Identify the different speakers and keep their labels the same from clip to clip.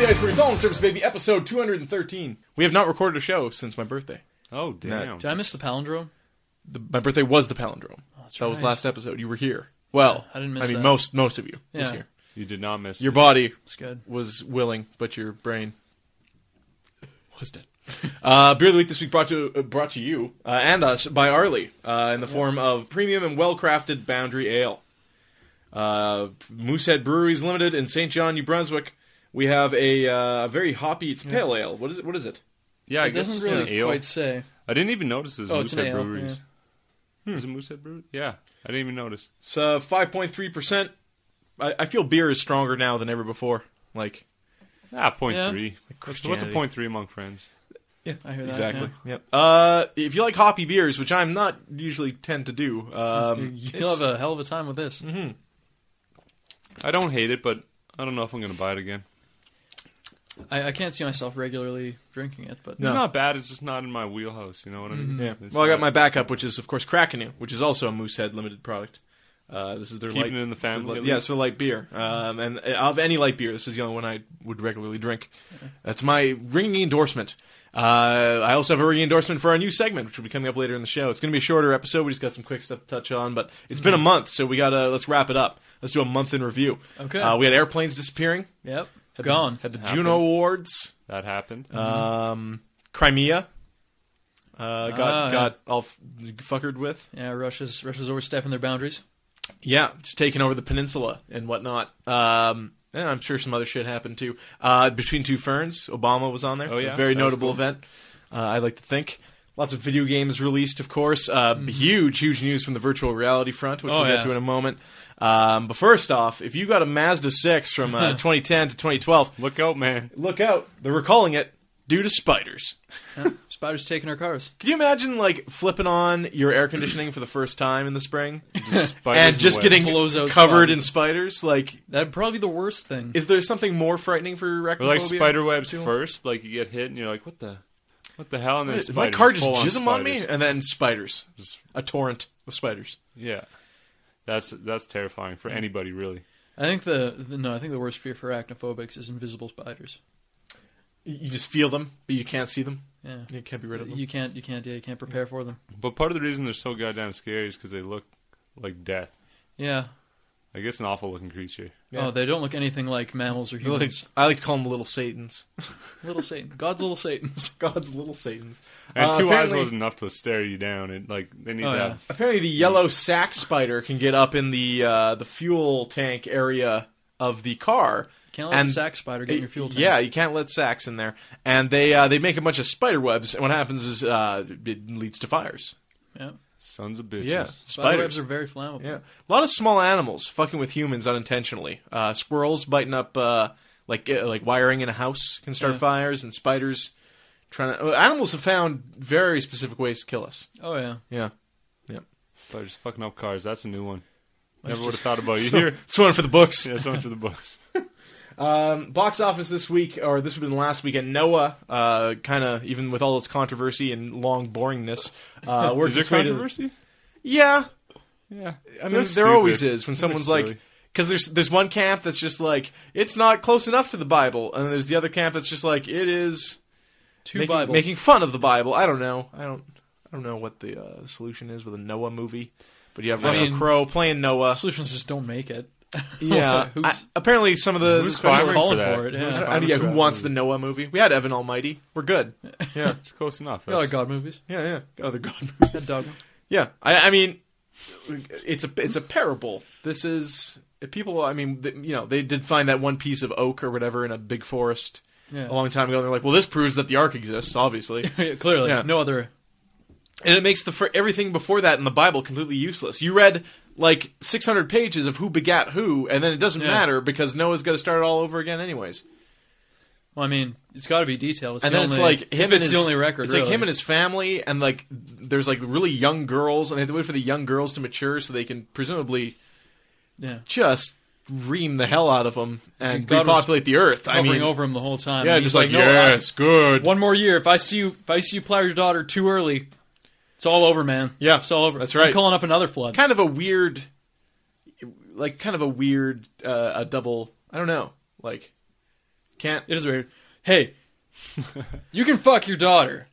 Speaker 1: the Iceberg. It's all in service, baby. Episode 213. We have not recorded a show since my birthday.
Speaker 2: Oh damn!
Speaker 3: Did I miss the palindrome?
Speaker 1: The, my birthday was the palindrome.
Speaker 3: Oh, that's
Speaker 1: that was
Speaker 3: right.
Speaker 1: last episode. You were here. Well,
Speaker 3: I didn't miss
Speaker 1: I mean,
Speaker 3: that.
Speaker 1: most most of you was
Speaker 3: Yeah.
Speaker 1: here.
Speaker 2: you did not miss
Speaker 1: Your
Speaker 2: it.
Speaker 1: body
Speaker 3: It's good.
Speaker 1: was willing, but your brain was dead. Uh, Beer of the week this week brought to uh, brought to you uh, and us by Arlie uh, in the form of premium and well crafted Boundary Ale. Uh, Moosehead Breweries Limited in Saint John, New Brunswick. We have a uh, very hoppy. It's pale ale. What is it? What is it?
Speaker 2: Yeah, I
Speaker 3: It
Speaker 2: guess
Speaker 3: doesn't
Speaker 2: it's an
Speaker 3: really
Speaker 2: ale.
Speaker 3: quite say.
Speaker 2: I didn't even notice this
Speaker 3: Oh, it's an
Speaker 2: Moosehead
Speaker 3: ale,
Speaker 2: Breweries. Is it Moosehead Brewery? Yeah, I didn't even notice.
Speaker 1: It's five point three percent. I feel beer is stronger now than ever before. Like
Speaker 2: Ah, point
Speaker 3: Yeah.
Speaker 2: three. What's, what's a
Speaker 1: Christianity.
Speaker 2: point three among friends?
Speaker 3: I hear that.
Speaker 1: exactly.
Speaker 3: yeah.
Speaker 1: Yep. Uh, if you like hoppy beers, which I'm not usually tend to do, um,
Speaker 3: You-
Speaker 1: it's-
Speaker 3: You'll
Speaker 1: Mm-hmm.
Speaker 3: have a hell of a time with this.
Speaker 2: I don't hate it, but I don't know if I'm gonna buy it again.
Speaker 3: I, I can't see myself regularly drinking it, but
Speaker 1: No. Mm-hmm.
Speaker 2: It's not bad. It's just not in my wheelhouse. You know what I mean?
Speaker 1: Yeah.
Speaker 2: It's
Speaker 1: Well, I got
Speaker 2: not-
Speaker 1: my backup, which is of course Krakenu, which is also a Moosehead limited product. Uh, this is their light,
Speaker 2: Keeping it in the
Speaker 1: this is their
Speaker 2: family,
Speaker 1: light-
Speaker 2: at
Speaker 1: yeah,
Speaker 2: least.
Speaker 1: it's their light beer. Um, and uh, of any light beer, this is the only one I would regularly drink. That's my ringing endorsement. Uh, I also have a ringing endorsement for our new segment, which will be coming up later in the show. It's going to be a shorter episode. We just got some quick stuff to touch on, but it's
Speaker 2: Mm-hmm.
Speaker 1: been a month, so we gotta let's wrap it up. Let's do a month in review.
Speaker 3: Okay.
Speaker 1: Uh, we had airplanes disappearing.
Speaker 3: yep,
Speaker 1: Had
Speaker 3: gone.
Speaker 1: The, had the
Speaker 2: Happened.
Speaker 1: Juno Awards.
Speaker 2: That happened.
Speaker 1: Um, Crimea uh, got
Speaker 3: Ah, yeah.
Speaker 1: got all f- fuckered with.
Speaker 3: yeah, Russia's Russia's overstepping their boundaries.
Speaker 1: Yeah, just taking over the peninsula and whatnot. Um, and I'm sure some other shit happened too. Uh, Between Two Ferns, Obama was on there.
Speaker 2: Oh, yeah?
Speaker 1: a very
Speaker 2: That was
Speaker 1: notable
Speaker 2: cool.
Speaker 1: event. Uh, I like to think. Lots of video games released, of course. Uh, Huge, huge news from the virtual reality front, which
Speaker 3: Oh,
Speaker 1: we'll
Speaker 3: yeah.
Speaker 1: get to in a moment. Um, but first off, if you got a Mazda 6 from uh, 2010 to 2012,
Speaker 2: Look out, man!
Speaker 1: look out. They're recalling it due to spiders.
Speaker 3: Yeah. Spiders taking our cars.
Speaker 1: Could you imagine like flipping on your air conditioning for the first time in the spring
Speaker 2: Spiders
Speaker 1: and just
Speaker 2: in the
Speaker 1: getting
Speaker 2: West.
Speaker 3: Blows out
Speaker 1: covered
Speaker 3: spiders.
Speaker 1: in spiders? Like,
Speaker 3: That'd probably be the worst thing.
Speaker 1: is there something more frightening for
Speaker 2: Or
Speaker 1: arachnophobia?
Speaker 2: like spider webs
Speaker 1: Too?
Speaker 2: first. Like you get hit and you're like, what the, what the hell? And then
Speaker 1: Did
Speaker 2: spiders,
Speaker 1: My car just
Speaker 2: full-on
Speaker 1: jism on me,
Speaker 2: spiders.
Speaker 1: and then spiders, Just a torrent of spiders.
Speaker 2: Yeah, that's that's terrifying for anybody really.
Speaker 3: I think the, the no, I think the worst fear for arachnophobics is invisible spiders.
Speaker 1: You you just feel them, but you can't see them.
Speaker 3: Yeah,
Speaker 1: You can't be rid of them.
Speaker 3: you can't you can't yeah, you can't prepare for them.
Speaker 2: But part of the reason they're so goddamn scary is because they look like death.
Speaker 3: Yeah.
Speaker 2: Like it's an awful looking creature.
Speaker 1: Yeah.
Speaker 3: Oh, they don't look anything like mammals or
Speaker 1: They're like-
Speaker 3: humans.
Speaker 1: I like to call them little satans.
Speaker 3: little Satan, God's little Satan's.
Speaker 1: God's little satans.
Speaker 2: And
Speaker 1: Uh,
Speaker 2: two eyes
Speaker 1: apparently-
Speaker 2: wasn't enough to stare you down. It like they need
Speaker 3: Oh,
Speaker 2: to
Speaker 3: yeah.
Speaker 2: have.
Speaker 1: Apparently, the yellow sack spider can get up in the uh, the fuel tank area of the car.
Speaker 3: Can't let
Speaker 1: And-
Speaker 3: the sack spider get in your fuel tank.
Speaker 1: Yeah, you can't let sacks in there. And they uh, they make a bunch of spider webs, and what happens is uh, it leads to fires.
Speaker 3: yeah.
Speaker 2: Sons of bitches.
Speaker 1: Yeah,
Speaker 3: Spider
Speaker 1: spiders.
Speaker 3: webs are very flammable.
Speaker 1: yeah, a lot of small animals fucking with humans unintentionally. Uh, squirrels biting up uh, like uh, like wiring in a house can start
Speaker 3: Yeah.
Speaker 1: fires, and spiders trying to. uh, Animals have found very specific ways to kill us.
Speaker 3: Oh yeah.
Speaker 1: Yeah,
Speaker 2: Spiders fucking up cars. That's a new one. Never
Speaker 3: just-
Speaker 2: would have thought about you
Speaker 1: so,
Speaker 2: here.
Speaker 1: it's one for the books.
Speaker 2: Yeah, someone for the books.
Speaker 1: Um, box office this week, or this would have been last weekend. Noah, uh, kind of even with all its controversy and long boringness, uh, worked
Speaker 2: Is there
Speaker 1: its way to-
Speaker 2: controversy?
Speaker 1: Yeah, I mean,
Speaker 2: Yeah. They're
Speaker 1: there
Speaker 2: stupid.
Speaker 1: always is when
Speaker 2: They're
Speaker 1: someone's
Speaker 2: silly.
Speaker 1: like, because there's there's one camp that's just like it's not close enough to the Bible, and there's the other camp that's just like it is
Speaker 3: Two
Speaker 1: making,
Speaker 3: Bibles.
Speaker 1: making fun of the Bible. I don't know. I don't. I don't know what the uh, solution is with a Noah movie, but you have
Speaker 3: I
Speaker 1: Russell
Speaker 3: mean-
Speaker 1: Crowe playing Noah.
Speaker 3: solutions just don't make it.
Speaker 1: Yeah,
Speaker 3: Who's-
Speaker 1: I- apparently some of the
Speaker 2: Who's
Speaker 1: the-
Speaker 2: firing
Speaker 3: Who's calling
Speaker 2: for that?
Speaker 3: for it?
Speaker 2: Who's
Speaker 3: Yeah.
Speaker 1: I mean, yeah, who wants the Noah movie? We had Evan Almighty. We're good. Yeah,
Speaker 2: It's close enough.
Speaker 3: You know, like
Speaker 2: That's-
Speaker 1: "Oh,
Speaker 3: God movies.
Speaker 1: yeah, yeah. Got other God
Speaker 3: That
Speaker 1: movies.
Speaker 3: dog one.
Speaker 1: Yeah, I, I mean, it's a it's a parable. This is people. I mean, th you know, they did find that one piece of oak or whatever in a big forest
Speaker 3: Yeah.
Speaker 1: a long time ago. And they're like, well, this proves that the ark exists, obviously,
Speaker 3: Yeah, Clearly,
Speaker 1: Yeah.
Speaker 3: no other.
Speaker 1: and it makes the fir- everything before that in the Bible completely useless. You read like 600 pages of who begat who, and then it doesn't
Speaker 3: Yeah.
Speaker 1: matter because Noah's got to start it all over again, anyways.
Speaker 3: Well, I mean, it's got to be detailed. It's
Speaker 1: and
Speaker 3: the
Speaker 1: then
Speaker 3: only,
Speaker 1: it's like
Speaker 3: if
Speaker 1: him. and
Speaker 3: it's
Speaker 1: his,
Speaker 3: the only record.
Speaker 1: It's like
Speaker 3: really.
Speaker 1: him and his family, and like there's like really young girls, and they have to wait for the young girls to mature so they can presumably
Speaker 3: yeah,
Speaker 1: just ream the hell out of them and
Speaker 3: God was
Speaker 1: repopulate the earth. I
Speaker 3: hovering
Speaker 1: mean,
Speaker 3: over him the whole time.
Speaker 1: yeah,
Speaker 3: And
Speaker 1: just
Speaker 3: he's
Speaker 1: like,
Speaker 3: no, I-
Speaker 1: yes, good.
Speaker 3: one more year. If I see you, if I see you plow your daughter too early, it's all over, man.
Speaker 1: Yeah,
Speaker 3: it's all over.
Speaker 1: that's
Speaker 3: I'm
Speaker 1: right.
Speaker 3: calling up another flood.
Speaker 1: Kind of a weird, like kind of a weird, uh, a double. I don't know, like Can't.
Speaker 3: It is weird. Hey, you can fuck your daughter.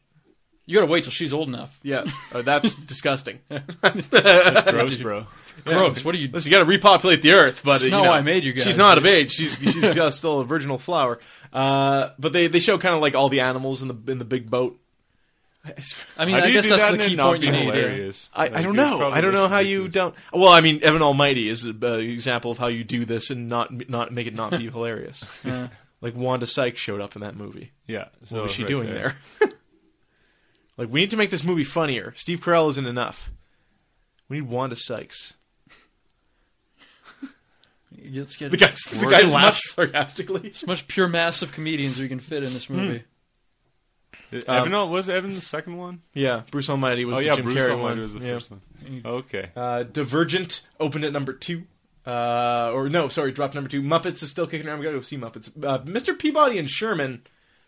Speaker 3: You gotta wait till she's old enough.
Speaker 1: Yeah, uh, that's disgusting.
Speaker 4: Gross, bro.
Speaker 3: Gross. What are you?
Speaker 1: Listen, you got to repopulate the earth, but
Speaker 3: That's
Speaker 1: you
Speaker 3: not
Speaker 1: know,
Speaker 3: why I made you guys.
Speaker 1: She's not of age. She's she's uh, still a virginal flower. Uh, but they, they show kind of like all the animals in the in the big boat.
Speaker 3: I mean,
Speaker 2: How do
Speaker 3: I
Speaker 2: you
Speaker 3: guess
Speaker 2: do
Speaker 3: that's
Speaker 2: that
Speaker 3: the
Speaker 2: and it
Speaker 3: key
Speaker 2: not
Speaker 3: point
Speaker 2: be
Speaker 3: you need. yeah.
Speaker 2: hilarious?
Speaker 1: I, I
Speaker 2: Like,
Speaker 1: don't
Speaker 2: you're
Speaker 1: know.
Speaker 2: probably
Speaker 1: I don't know how you
Speaker 2: ridiculous.
Speaker 1: don't. Well, I mean, Evan Almighty is an example of how you do this and not not make it not be hilarious.
Speaker 3: Yeah.
Speaker 1: Like Wanda Sykes showed up in that movie.
Speaker 2: Yeah.
Speaker 1: What
Speaker 2: So
Speaker 1: was she
Speaker 2: Oh, right
Speaker 1: doing there? like, we need to make this movie funnier. Steve Carell isn't enough. We need Wanda Sykes.
Speaker 3: Let's get
Speaker 1: The guy, the
Speaker 2: Word
Speaker 1: guy
Speaker 2: is
Speaker 1: laughs sarcastically.
Speaker 3: as much pure mass of comedians we can fit in
Speaker 1: Hmm.
Speaker 3: this movie.
Speaker 2: Evan Al- was Evan the second one?
Speaker 1: Yeah, Bruce Almighty Um, was
Speaker 2: oh
Speaker 1: the
Speaker 2: yeah,
Speaker 1: Jim
Speaker 2: Bruce
Speaker 1: Carrey
Speaker 2: Almighty
Speaker 1: one.
Speaker 2: was the
Speaker 1: Yeah.
Speaker 2: first one. Okay.
Speaker 1: Uh, Divergent opened at number two. Uh, or no, sorry, dropped number two. Muppets is still kicking around. We gotta go see Muppets. Uh, Mr. Peabody and Sherman.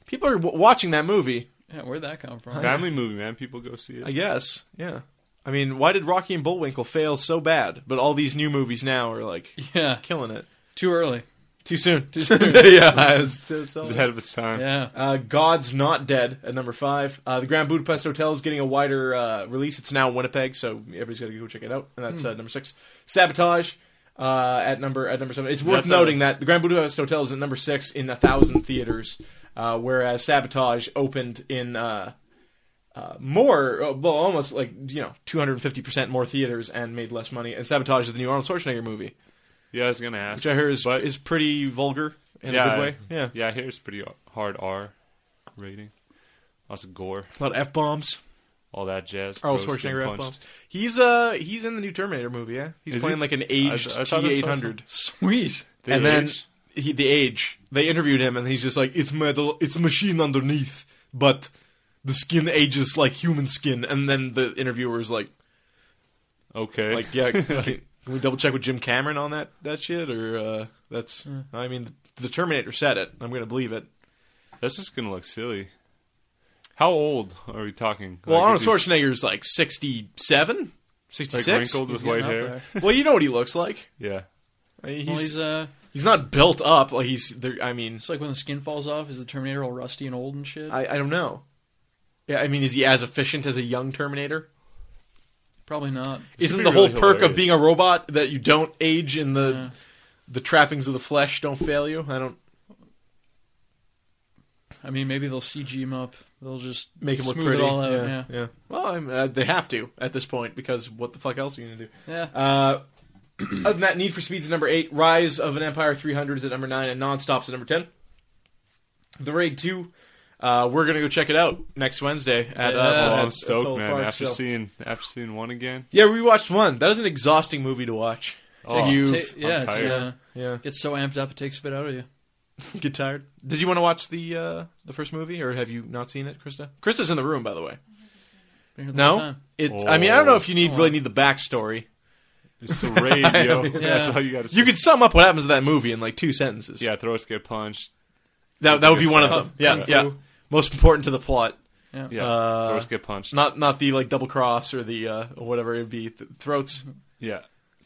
Speaker 1: People are w- watching that movie.
Speaker 3: Yeah, where'd that come from?
Speaker 2: Family movie, man. People go see
Speaker 1: Oh, I
Speaker 2: it.
Speaker 1: guess. Yeah. I mean, why did Rocky and Bullwinkle fail so bad? But all these new movies now are like
Speaker 3: Yeah,
Speaker 1: killing it.
Speaker 3: too early.
Speaker 1: Too soon.
Speaker 3: Too soon.
Speaker 1: yeah. It's just all-
Speaker 2: It's ahead of its time.
Speaker 3: Yeah,
Speaker 1: Uh, God's Not Dead at number five. Uh, the Grand Budapest Hotel is getting a wider uh, release. It's now in Winnipeg, so everybody's got to go check it out. And that's
Speaker 2: Hmm.
Speaker 1: uh, number six. Sabotage uh, at number at number seven. It's worth
Speaker 2: that the-
Speaker 1: noting that the Grand Budapest Hotel is at number six in a thousand theaters, uh, whereas Sabotage opened in uh, uh, more, uh, well, almost like you know, two hundred and fifty percent more theaters and made less money. And Sabotage is the new Arnold Schwarzenegger movie,
Speaker 2: Yeah, I was gonna ask.
Speaker 1: which I hear is
Speaker 2: But-
Speaker 1: is pretty vulgar in a good way. Yeah,
Speaker 2: Yeah, here it's pretty hard R rating. Lots of gore,
Speaker 1: a lot of f bombs.
Speaker 2: all that jazz.
Speaker 1: Arnold
Speaker 2: throats getting
Speaker 1: Oh, Schwarzenegger
Speaker 2: punched.
Speaker 1: F-bombs. He's uh he's in the new Terminator movie, yeah. He's
Speaker 2: Is
Speaker 1: playing
Speaker 2: he?
Speaker 1: like an
Speaker 2: I
Speaker 1: aged
Speaker 2: thought I saw
Speaker 1: T800.
Speaker 3: sweet.
Speaker 2: The
Speaker 1: and then
Speaker 2: age?
Speaker 1: he, the age. They interviewed him and he's just like it's metal, it's a machine underneath, but the skin ages like human skin and then the interviewer is like
Speaker 2: okay,
Speaker 1: like yeah, can, can we double check with Jim Cameron on that that shit or uh that's I mean the Terminator said it. I'm going to believe it.
Speaker 2: that's just gonna look silly. How old are we talking?
Speaker 1: Well,
Speaker 2: Like,
Speaker 1: Arnold
Speaker 2: if he's,
Speaker 1: Schwarzenegger's like 67,
Speaker 2: like
Speaker 1: 66.
Speaker 2: wrinkled with
Speaker 3: He's getting
Speaker 2: white
Speaker 3: up
Speaker 2: hair.
Speaker 1: well, you know what he looks like.
Speaker 2: Yeah,
Speaker 1: I mean,
Speaker 3: Well, he's uh,
Speaker 1: He's not built up. Like he's. There, I mean,
Speaker 3: it's like when the skin falls off. Is the Terminator all rusty and old and shit?
Speaker 1: I, I don't know. Yeah, I mean, is he as efficient as a young Terminator?
Speaker 3: Probably not.
Speaker 1: Isn't
Speaker 2: be
Speaker 1: the whole
Speaker 2: really
Speaker 1: perk of
Speaker 2: hilarious.
Speaker 1: being a robot that you don't age and the
Speaker 3: Yeah.
Speaker 1: the trappings of the flesh don't fail you? I don't
Speaker 3: I mean, maybe they'll CG him up. They'll just
Speaker 1: make him
Speaker 3: smooth
Speaker 1: look pretty.
Speaker 3: it all out. Yeah,
Speaker 1: yeah. Well, I'm, uh, they have to at this point because what the fuck else are you gonna do?
Speaker 3: Yeah.
Speaker 1: Uh, other than that, Need for Speed's at number eight, Rise of an Empire 300 is at number nine, and Nonstop's at number ten. The Raid Two, uh, we're gonna go check it out next Wednesday at.
Speaker 3: Yeah.
Speaker 1: Uh, at-
Speaker 2: oh, I'm
Speaker 1: at
Speaker 2: stoked,
Speaker 1: Polo
Speaker 2: man.
Speaker 1: Park,
Speaker 2: after
Speaker 1: so-
Speaker 2: seeing after seeing one again,
Speaker 1: Yeah, we watched one. That is an exhausting movie to watch.
Speaker 2: Oh.
Speaker 1: you
Speaker 3: Ta- yeah, it's,
Speaker 2: tired.
Speaker 3: uh,
Speaker 1: yeah,
Speaker 3: gets so amped up it takes a bit out of you.
Speaker 1: get tired. Did you want to watch the uh, the first movie, or have you not seen it, Krista? Krista's in the room, by the way.
Speaker 3: Been here the whole
Speaker 1: No,
Speaker 3: time.
Speaker 1: it. I mean, I don't know if you need
Speaker 3: Oh.
Speaker 1: really need the backstory.
Speaker 2: it's the radio. That's all you got to say.
Speaker 1: You could sum up what happens in that movie in like two sentences.
Speaker 2: yeah, throats get punched.
Speaker 1: that that would be one of
Speaker 2: Kung-
Speaker 1: them. Yeah,
Speaker 3: Kung Fu.
Speaker 1: yeah. Most important to the plot,
Speaker 2: Yeah,
Speaker 1: Uh,
Speaker 2: throats get punched.
Speaker 1: not not the like double cross or the uh, or whatever it'd be. Th- throats.
Speaker 2: yeah,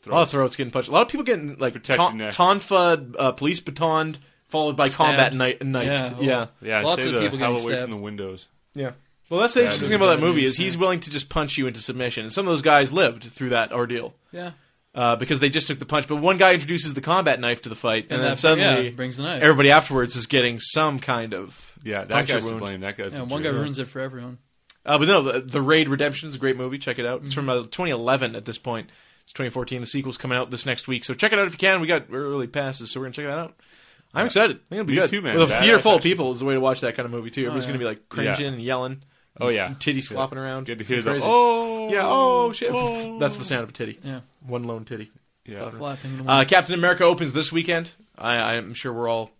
Speaker 1: A lot of throats getting punched. A lot of people getting like
Speaker 2: Protect
Speaker 1: ta-
Speaker 2: your neck.
Speaker 1: tonfa, uh, police batoned, followed by
Speaker 3: Stabbed.
Speaker 1: combat kni- knifed.
Speaker 3: Yeah, oh.
Speaker 1: yeah.
Speaker 2: Yeah,
Speaker 3: Lots
Speaker 2: stay
Speaker 3: of
Speaker 2: the
Speaker 3: people
Speaker 2: hell
Speaker 3: getting
Speaker 2: away
Speaker 3: stabbed.
Speaker 2: from the windows.
Speaker 1: Yeah. Well, that's the
Speaker 2: Yeah,
Speaker 1: interesting
Speaker 2: it
Speaker 1: thing about that
Speaker 3: doesn't
Speaker 1: movie
Speaker 3: really
Speaker 1: is he's
Speaker 3: say.
Speaker 1: willing to just punch you into submission, and some of those guys lived through that ordeal
Speaker 3: Yeah,
Speaker 1: uh, because they just took the punch. But one guy introduces the combat knife to the fight, and,
Speaker 3: and,
Speaker 1: then
Speaker 3: that
Speaker 1: suddenly
Speaker 3: yeah, brings the knife.
Speaker 1: everybody afterwards is getting some kind of
Speaker 2: Yeah, that
Speaker 1: Puncture
Speaker 2: guy's to
Speaker 1: wound.
Speaker 2: blame. That guy's
Speaker 3: yeah,
Speaker 2: the
Speaker 3: one guy
Speaker 2: jerk.
Speaker 3: ruins it for everyone.
Speaker 1: Uh, but no, the, the Raid Redemption is a great movie. Check it out. It's from uh, 2011 at this point. It's 2014. The sequel's coming out this next week, so check it out if you can. We got early passes, so we're gonna check that out. I'm excited. I think it'll be
Speaker 2: Me
Speaker 1: good.
Speaker 2: too, man.
Speaker 1: With a
Speaker 2: That-
Speaker 1: theater
Speaker 2: that's
Speaker 1: full
Speaker 2: actually-
Speaker 1: of people is the way to watch that kind of movie too. Everybody's
Speaker 3: Oh, yeah.
Speaker 1: gonna be like cringing and yelling,
Speaker 2: Oh yeah,
Speaker 1: titties
Speaker 2: Yeah.
Speaker 1: flopping around.
Speaker 2: Good to hear
Speaker 1: It's
Speaker 2: the
Speaker 1: crazy.
Speaker 2: oh
Speaker 1: Yeah. Oh shit. That's the sound of a titty.
Speaker 3: Yeah,
Speaker 1: One lone titty.
Speaker 2: yeah.
Speaker 3: flapping. and
Speaker 1: Uh, Captain America opens this weekend. I, I'm sure we're all.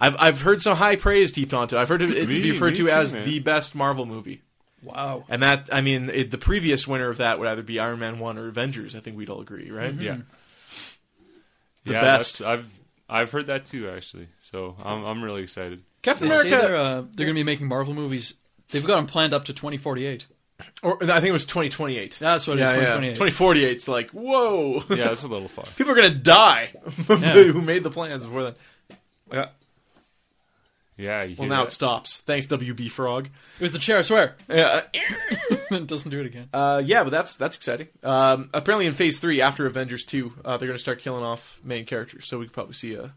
Speaker 1: I've I've heard some high praise heaped onto it. I've heard it, it
Speaker 2: Me-
Speaker 1: be referred
Speaker 2: me
Speaker 1: to
Speaker 2: too,
Speaker 1: as
Speaker 2: man.
Speaker 1: the best Marvel movie,
Speaker 3: wow.
Speaker 1: and that I mean it, the previous winner of that would either be Iron Man one or Avengers. I think we'd all agree, right?
Speaker 2: Yeah.
Speaker 1: The
Speaker 2: yeah,
Speaker 1: best.
Speaker 2: that's- I've I've heard that too actually. So I'm I'm really excited.
Speaker 1: Captain
Speaker 3: They say they're,
Speaker 1: America,
Speaker 3: uh, they're going to be making Marvel movies. They've got them planned up to 2048.
Speaker 1: or I think it was 2028.
Speaker 3: That's what it is, 2028.
Speaker 1: 2048. 's like whoa.
Speaker 2: Yeah, that's a little far.
Speaker 1: People are gonna die
Speaker 3: Yeah.
Speaker 1: who made the plans before that.
Speaker 2: Yeah. You
Speaker 1: Well,
Speaker 2: hear
Speaker 1: now
Speaker 2: that.
Speaker 1: it stops. Thanks, WB Frog.
Speaker 3: It was the chair, I swear.
Speaker 1: Yeah,
Speaker 3: it doesn't do it again.
Speaker 1: uh, yeah, but that's that's exciting. Um, apparently, in Phase Three, after Avengers Two, uh, they're going to start killing off main characters, so we could probably see a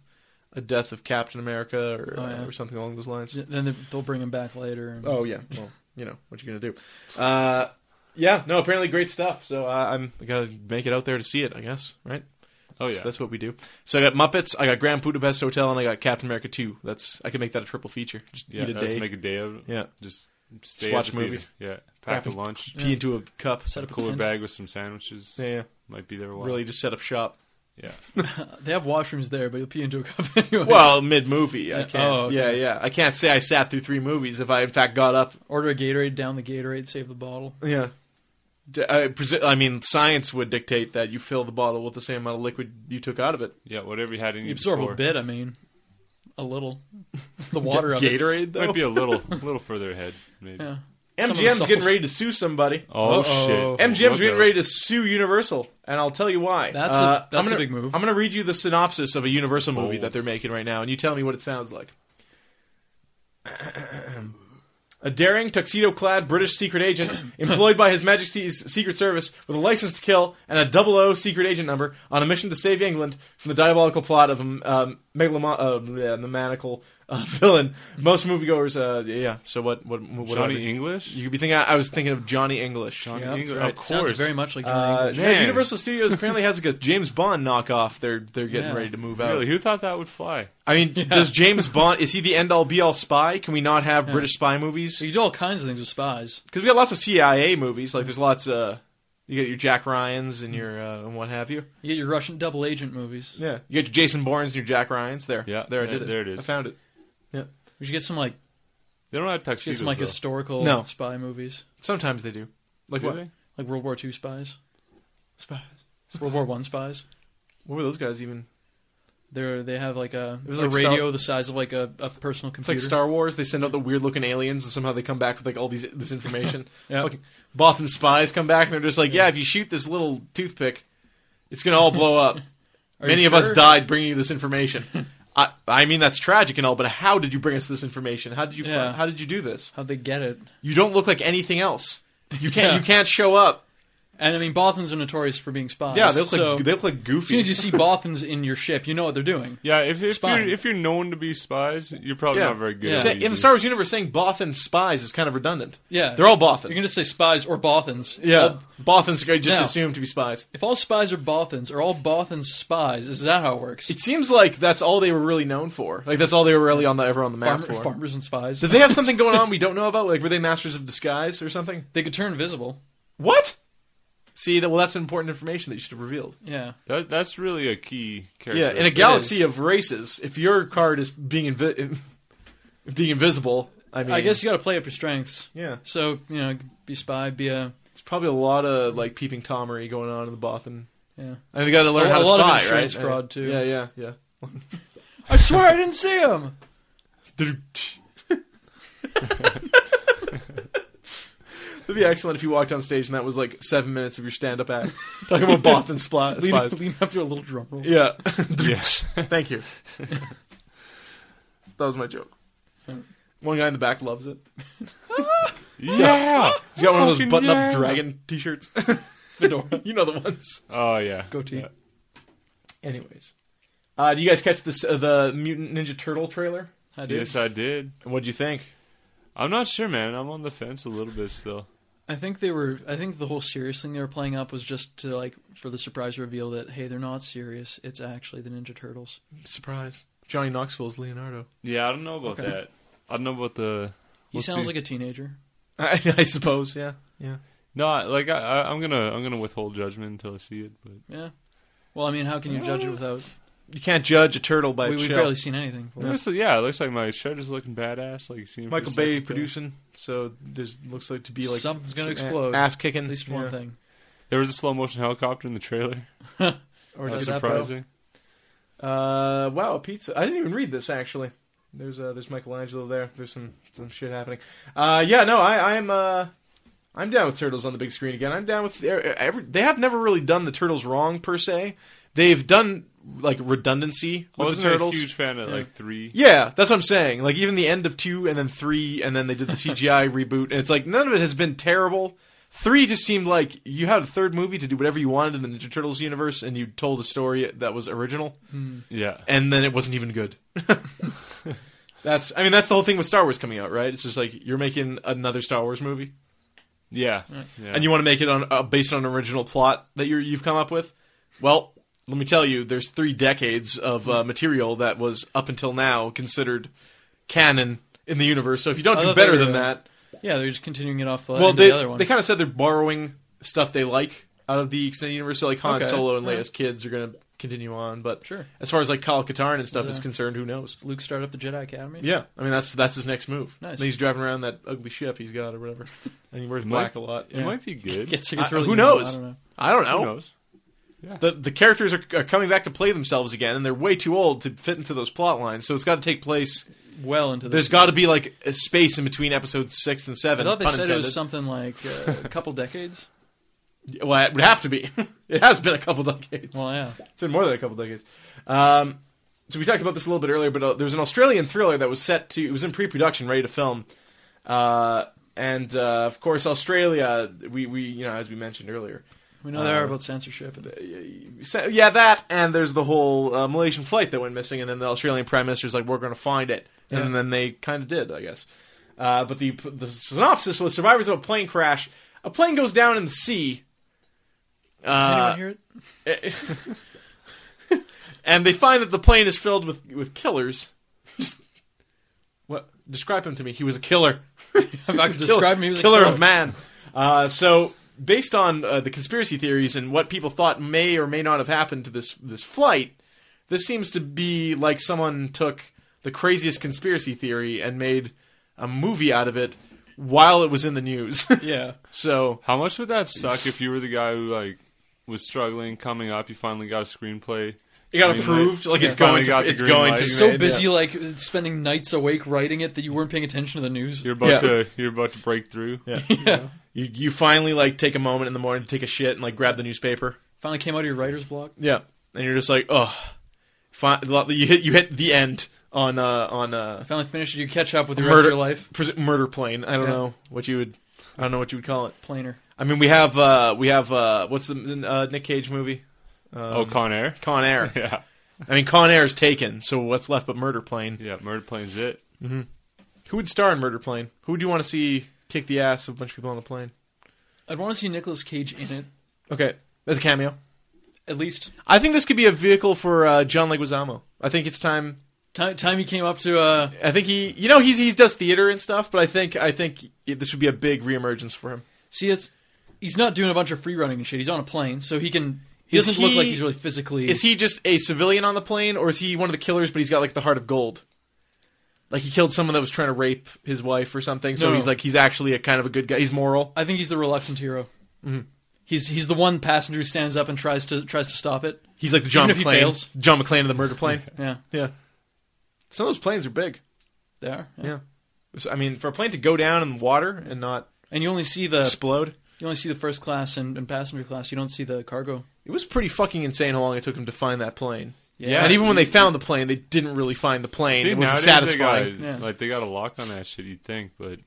Speaker 1: a death of Captain America or
Speaker 3: Oh,
Speaker 1: uh,
Speaker 3: yeah.
Speaker 1: or something along those lines.
Speaker 3: Then they- they'll bring him back later. And
Speaker 1: Oh yeah, well you know what you're gonna do. Uh, yeah, no, apparently great stuff. So uh, I'm I gotta make it out there to see it, I guess. Right?
Speaker 2: Oh
Speaker 1: That's-
Speaker 2: yeah.
Speaker 1: that's what we do. So I got Muppets, I got Grand Budapest Hotel, and I got Captain America Two. That's I could make that a triple feature. Just
Speaker 2: yeah.
Speaker 1: eat a
Speaker 2: let's
Speaker 1: day,
Speaker 2: make a day of it.
Speaker 1: yeah,
Speaker 2: Just stay
Speaker 1: watch
Speaker 2: at the theater.
Speaker 1: movies.
Speaker 2: Yeah. Pack a
Speaker 1: Crappy.
Speaker 2: lunch.
Speaker 1: pee into a cup.
Speaker 3: Set
Speaker 2: A
Speaker 3: up
Speaker 2: cooler
Speaker 3: tent.
Speaker 2: bag with some sandwiches.
Speaker 1: Yeah, yeah.
Speaker 2: Might be there a while.
Speaker 1: really just set up shop.
Speaker 2: Yeah.
Speaker 3: They have washrooms there, but you'll pee into a cup anyway.
Speaker 1: Well, mid movie, I
Speaker 3: Yeah.
Speaker 1: can't.
Speaker 3: Oh, okay.
Speaker 1: Yeah, yeah. I can't say I sat through three movies if I in fact got up.
Speaker 3: Order a Gatorade, down the Gatorade, save the bottle.
Speaker 1: Yeah. D- I, presi- I mean, science would dictate that you fill the bottle with the same amount of liquid you took out of it.
Speaker 2: Yeah. Whatever you had in
Speaker 3: You
Speaker 2: you
Speaker 3: absorb
Speaker 2: before.
Speaker 3: a bit, I mean. A little. The water of it.
Speaker 1: Gatorade, though?
Speaker 2: Might be a little, little further ahead. Maybe.
Speaker 3: Yeah. Some of the
Speaker 1: MGM's getting
Speaker 3: salts.
Speaker 1: ready to sue somebody.
Speaker 2: Oh
Speaker 3: Uh-oh.
Speaker 2: shit!
Speaker 1: MGM's
Speaker 2: Look
Speaker 1: getting
Speaker 2: out.
Speaker 1: ready to sue Universal, and I'll tell you why.
Speaker 3: That's a-
Speaker 1: Uh,
Speaker 3: that's
Speaker 1: I'm
Speaker 3: a
Speaker 1: gonna,
Speaker 3: big move.
Speaker 1: I'm going to read you the synopsis of a Universal movie
Speaker 2: Bold.
Speaker 1: that they're making right now, and you tell me what it sounds like. A daring, tuxedo-clad British secret agent, employed by His Majesty's Secret Service with a license to kill and a double O secret agent number, on a mission to save England from the diabolical plot of a um, megaloma- uh, yeah, the maniacal uh, villain. Most moviegoers, uh, yeah. So what? What? what
Speaker 2: Johnny English.
Speaker 1: You could be thinking. I, I was thinking of Johnny English.
Speaker 2: Johnny
Speaker 3: Yeah,
Speaker 2: English.
Speaker 3: that's
Speaker 2: Of
Speaker 3: right. Sounds
Speaker 2: course.
Speaker 3: very much like Johnny
Speaker 1: Uh,
Speaker 3: English.
Speaker 1: yeah,
Speaker 2: Man.
Speaker 1: Universal Studios apparently has like a James Bond knockoff. They're they're getting
Speaker 3: Yeah.
Speaker 1: ready to move out.
Speaker 2: Really, who thought that would fly?
Speaker 1: I mean, does James Bond is he the end all be all spy? Can we not have
Speaker 3: Yeah.
Speaker 1: British spy movies?
Speaker 3: You do all kinds of things with spies.
Speaker 1: Because we got lots of CIA movies. Like there's lots of you got your Jack Ryan's and your uh, and what have you.
Speaker 3: You get your Russian double agent movies.
Speaker 1: Yeah, you got your Jason Bournes and your Jack Ryan's. There,
Speaker 2: Yeah,
Speaker 1: there I
Speaker 2: there-
Speaker 1: did it.
Speaker 2: there it is.
Speaker 1: I found it.
Speaker 3: We should get some like
Speaker 2: They don't have
Speaker 3: get
Speaker 2: tuxedos.
Speaker 3: some like
Speaker 2: though.
Speaker 3: historical
Speaker 1: No.
Speaker 3: spy movies,
Speaker 1: Sometimes they do. Like
Speaker 2: Do
Speaker 1: what?
Speaker 2: they?
Speaker 3: like World War II spies,
Speaker 1: Spies.
Speaker 3: World War One spies.
Speaker 1: What were those guys even?
Speaker 3: They're they have like a,
Speaker 1: It was
Speaker 3: a
Speaker 1: like
Speaker 3: radio
Speaker 1: Star-
Speaker 3: the size of like a, a personal
Speaker 1: It's
Speaker 3: computer.
Speaker 1: like Star Wars. They send out the weird looking aliens, and somehow they come back with like all these this information.
Speaker 3: Yeah.
Speaker 1: Fucking Bothan spies come back, and they're just like, "Yeah, if you shoot this little toothpick, it's gonna all blow up."
Speaker 3: Are
Speaker 1: Many
Speaker 3: you
Speaker 1: of us
Speaker 3: sure?
Speaker 1: died bringing you this information. I, I mean, that's tragic and all, but how did you bring us this information? How did you
Speaker 3: Yeah.
Speaker 1: how did you do this?
Speaker 3: How'd they get it?
Speaker 1: You don't look like anything else. You can't
Speaker 3: Yeah.
Speaker 1: you can't show up.
Speaker 3: And I mean, Bothans are notorious for being spies.
Speaker 1: Yeah, they look
Speaker 3: so
Speaker 1: like they look like
Speaker 3: as soon
Speaker 1: goofy.
Speaker 3: as you see Bothans in your ship, you know what they're doing.
Speaker 2: Yeah, if, if
Speaker 3: Spy.
Speaker 2: you're if you're known to be spies, you're probably
Speaker 1: Yeah.
Speaker 2: not very good.
Speaker 3: Yeah.
Speaker 2: at
Speaker 1: Say-
Speaker 2: what you
Speaker 1: in the
Speaker 2: do.
Speaker 1: Star Wars universe, saying Bothan spies is kind of redundant.
Speaker 3: Yeah,
Speaker 1: They're all
Speaker 3: You
Speaker 1: Bothan.
Speaker 3: can just say spies or Bothans.
Speaker 1: yeah,
Speaker 3: All-
Speaker 1: Bothans are just
Speaker 3: Now-
Speaker 1: assumed to be spies.
Speaker 3: if all spies are Bothans, are all Bothans spies? Is that how it works?
Speaker 1: It seems like that's all they were really known for. Like that's all they were really on the ever on the map
Speaker 3: Farmer-
Speaker 1: for.
Speaker 3: farmers and spies.
Speaker 1: Did they have something going on we don't know about? Like were they masters of disguise or something?
Speaker 3: They could turn invisible.
Speaker 1: What? See that? Well, that's important information that you should have revealed.
Speaker 3: Yeah.
Speaker 2: That, that's really a key character.
Speaker 1: Yeah, in a galaxy of races, if your card is being invi- being invisible, I mean,
Speaker 3: I guess you got to play up your strengths.
Speaker 1: yeah,
Speaker 3: So you know, be a spy, be a
Speaker 1: it's probably a lot of like peeping tomery going on in the Bothan.
Speaker 3: yeah.
Speaker 1: And they got to learn
Speaker 3: Oh, A-
Speaker 1: how
Speaker 3: a
Speaker 1: to
Speaker 3: lot of
Speaker 1: spy,
Speaker 3: insurance
Speaker 1: right?
Speaker 3: fraud, too.
Speaker 1: Yeah, yeah, yeah.
Speaker 3: I swear I didn't see him.
Speaker 1: It'd be excellent if you walked on stage and that was like seven minutes of your stand-up act talking about Bothan spli-
Speaker 3: Lean,
Speaker 1: spies.
Speaker 3: lean up to a little drum roll.
Speaker 1: Yeah,
Speaker 2: Yes.
Speaker 1: thank you. that was my joke. One guy in the back loves it.
Speaker 2: yeah.
Speaker 1: He's got one of those
Speaker 2: Fucking
Speaker 1: button-up
Speaker 2: yeah.
Speaker 1: dragon T-shirts.
Speaker 3: Fedora.
Speaker 1: you know the ones.
Speaker 2: Oh yeah.
Speaker 3: Goatee.
Speaker 2: Yeah.
Speaker 1: Anyways, uh, do you guys catch this uh, the Mutant Ninja Turtle trailer?
Speaker 3: I did.
Speaker 2: Yes, I did.
Speaker 1: What do you think?
Speaker 2: I'm not sure, man. I'm on the fence a little bit still.
Speaker 3: I think they were. I think the whole serious thing they were playing up was just to like for the surprise reveal that hey, they're not serious. It's actually the Ninja Turtles.
Speaker 1: Surprise! Johnny Knoxville's Leonardo.
Speaker 2: Yeah, I don't know about
Speaker 3: Okay.
Speaker 2: that. I don't know about the.
Speaker 3: He sounds like a teenager.
Speaker 1: I, I suppose, yeah, yeah.
Speaker 2: no. I- Like I, I, I'm gonna I'm gonna withhold judgment until I see it. But
Speaker 3: Yeah. Well, I mean, how can you judge it without?
Speaker 1: You can't judge a turtle by
Speaker 3: We,
Speaker 1: its
Speaker 3: we've
Speaker 1: shell.
Speaker 3: barely seen anything.
Speaker 2: It looks like- yeah, it looks like my shredder's looking badass. Like you see him for
Speaker 1: Michael
Speaker 2: a
Speaker 1: Bay
Speaker 2: second there.
Speaker 1: producing, so there's looks like to be like
Speaker 3: Something's gonna
Speaker 1: a-
Speaker 3: explode.
Speaker 1: ass kicking.
Speaker 3: At least one thing.
Speaker 2: There was a slow motion helicopter in the trailer.
Speaker 1: Or
Speaker 3: Or
Speaker 2: That's
Speaker 3: does that
Speaker 2: surprising.
Speaker 1: Uh, wow, pizza. I didn't even read this actually. There's uh, there's Michelangelo there. There's some some shit happening. Uh, yeah, no, I I'm uh, I'm down with turtles on the big screen again. I'm down with their- every. They have never really done the turtles wrong per se, they've done like redundancy
Speaker 2: I
Speaker 1: with
Speaker 2: wasn't
Speaker 1: the turtles.
Speaker 2: a huge fan of
Speaker 3: Yeah.
Speaker 2: like three.
Speaker 1: Yeah, that's what I'm saying. Like even the end of two and then three and then they did the CGI reboot and it's like none of it has been terrible. Three just seemed like you had a third movie to do whatever you wanted in the Ninja Turtles universe and you told a story that was original
Speaker 2: Yeah.
Speaker 1: and then it wasn't even good. that's I mean that's the whole thing with Star Wars coming out, right? It's just like you're making another Star Wars movie
Speaker 2: Yeah. yeah.
Speaker 1: and you want to make it on uh, based on an original plot that you're, you've come up with. Well, let me tell you, there's three decades of uh, material that was up until now considered canon in the universe. So if you don't
Speaker 3: I
Speaker 1: do
Speaker 3: thought they
Speaker 1: better
Speaker 3: were,
Speaker 1: than
Speaker 3: uh,
Speaker 1: that,
Speaker 3: Yeah, they're just continuing it off the,
Speaker 1: well,
Speaker 3: end of
Speaker 1: they
Speaker 3: the other one.
Speaker 1: they kind of said they're borrowing stuff they like out of the extended universe. So like Han
Speaker 3: Okay,
Speaker 1: Solo and
Speaker 3: yeah.
Speaker 1: Leia's kids are going to continue on, but
Speaker 3: Sure.
Speaker 1: as far as like Kyle Katarn and stuff is
Speaker 3: Yeah.
Speaker 1: concerned, who knows?
Speaker 3: Luke started up the Jedi Academy.
Speaker 1: Yeah, I mean that's that's his next move.
Speaker 3: Nice.
Speaker 1: And he's driving around that ugly ship he's got or whatever, and he wears
Speaker 2: Mike-
Speaker 1: black a lot.
Speaker 2: It might be good.
Speaker 3: Gets,
Speaker 1: I-
Speaker 3: gets really
Speaker 1: who
Speaker 3: good, I
Speaker 1: knows?
Speaker 3: don't know.
Speaker 1: I don't
Speaker 2: Who
Speaker 1: know.
Speaker 2: knows?
Speaker 1: the the characters are, are coming back to play themselves again, and they're way too old to fit into those plot lines. So it's got to take place.
Speaker 3: Well into the
Speaker 1: There's got to be like a space in between episodes six and
Speaker 3: I
Speaker 1: seven.
Speaker 3: thought they
Speaker 1: pun
Speaker 3: said it
Speaker 1: intended.
Speaker 3: was something like uh, a couple decades.
Speaker 1: Well, it would have to be. it has been a couple decades.
Speaker 3: Well, yeah.
Speaker 1: It's been more than a couple decades. Um, so we talked about this a little bit earlier, but uh, there was an Australian thriller that was set to. It was in pre-production, ready to film, uh, and uh, of course, Australia. We we you know as we mentioned earlier,
Speaker 3: We know they are
Speaker 1: Uh,
Speaker 3: about censorship. And,
Speaker 1: So, yeah, that, and there's the whole uh, Malaysian flight that went missing, and then the Australian Prime Minister's like, we're going to find it. And
Speaker 3: Yeah.
Speaker 1: then they kind of did, I guess. Uh, but the, the synopsis was survivors of a plane crash. A plane goes down in the sea.
Speaker 3: does
Speaker 1: Uh,
Speaker 3: anyone hear it?
Speaker 1: and they find that the plane is filled with, with killers. what? Describe him to me. He was a killer.
Speaker 3: I'm about to
Speaker 1: Kill-
Speaker 3: describe me as a
Speaker 1: killer,
Speaker 3: killer
Speaker 1: of man. Uh, so, based on uh, the conspiracy theories and what people thought may or may not have happened to this this flight, this seems to be like someone took the craziest conspiracy theory and made a movie out of it while it was in the news.
Speaker 3: Yeah.
Speaker 1: so,
Speaker 2: How much would that suck if you were the guy who like was struggling coming up? You finally got a screenplay.
Speaker 1: it got
Speaker 2: Green
Speaker 1: approved.
Speaker 2: light.
Speaker 1: Like it's
Speaker 2: Yeah.
Speaker 1: going
Speaker 2: Finally
Speaker 1: to
Speaker 2: got the
Speaker 1: it's
Speaker 2: green
Speaker 1: going
Speaker 2: light.
Speaker 1: to
Speaker 2: You're
Speaker 1: made,
Speaker 3: So
Speaker 1: yeah.
Speaker 3: busy, like spending nights awake writing it that you weren't paying attention to the news.
Speaker 2: You're about
Speaker 1: Yeah.
Speaker 2: to you're about to break through.
Speaker 1: Yeah.
Speaker 3: yeah.
Speaker 1: You you finally like take a moment in the morning to take a shit and like grab the newspaper.
Speaker 3: Finally came out of your writer's block.
Speaker 1: Yeah, and you're just like, oh, fi- you hit you hit the end on uh on uh
Speaker 3: Finally finished. You catch up with the rest of
Speaker 1: murder
Speaker 3: your life.
Speaker 1: pres- murder plane. I don't
Speaker 3: Yeah.
Speaker 1: know what you would. I don't know what you would call it.
Speaker 3: Planer.
Speaker 1: I mean, we have uh, we have uh, what's the uh, Nick Cage movie? Um,
Speaker 2: Oh, Con Air.
Speaker 1: Con Air.
Speaker 2: Yeah,
Speaker 1: I mean, Con Air is taken. So what's left but Murder Plane?
Speaker 2: yeah. Murder Plane's it.
Speaker 1: Who would star in Murder Plane? Who would you want to see kick the ass of a bunch of people on the plane?
Speaker 3: I'd want to see Nicolas Cage in it.
Speaker 1: Okay, as a cameo.
Speaker 3: At least
Speaker 1: I think this could be a vehicle for uh, John Leguizamo. I think it's time.
Speaker 3: time time he came up to uh
Speaker 1: I think he, you know, he's he does theater and stuff, but I think I think this would be a big reemergence for him.
Speaker 3: see it's he's not doing a bunch of free running and shit. He's on a plane, so he can he
Speaker 1: Is
Speaker 3: doesn't look like
Speaker 1: he-
Speaker 3: he's really physically
Speaker 1: Is he just a civilian on the plane, or is he one of the killers? But he's got like the heart of gold. Like he killed someone that was trying to rape his wife or something. So
Speaker 3: No.
Speaker 1: he's like he's actually a kind of a good guy. He's moral.
Speaker 3: I think he's the reluctant hero.
Speaker 1: Mm-hmm.
Speaker 3: He's he's the one passenger who stands up and tries to tries to stop it.
Speaker 1: He's like the John
Speaker 3: Even if he fails.
Speaker 1: McClane. John McClane of the murder plane.
Speaker 3: Yeah,
Speaker 1: yeah. Some of those planes are big.
Speaker 3: they are. Yeah.
Speaker 1: Yeah. So, I mean, for a plane to go down in the water and not
Speaker 3: And you only see the
Speaker 1: explode,
Speaker 3: you only see the first class and, and passenger class. You don't see the cargo.
Speaker 1: it was pretty fucking insane how long it took him to find that plane.
Speaker 2: Yeah.
Speaker 1: and even when they found the plane, they didn't really find the plane. It
Speaker 2: Dude,
Speaker 1: wasn't
Speaker 2: nowadays
Speaker 1: satisfying.
Speaker 2: They got,
Speaker 3: Yeah.
Speaker 2: Like they got a lock on that shit. You'd think, but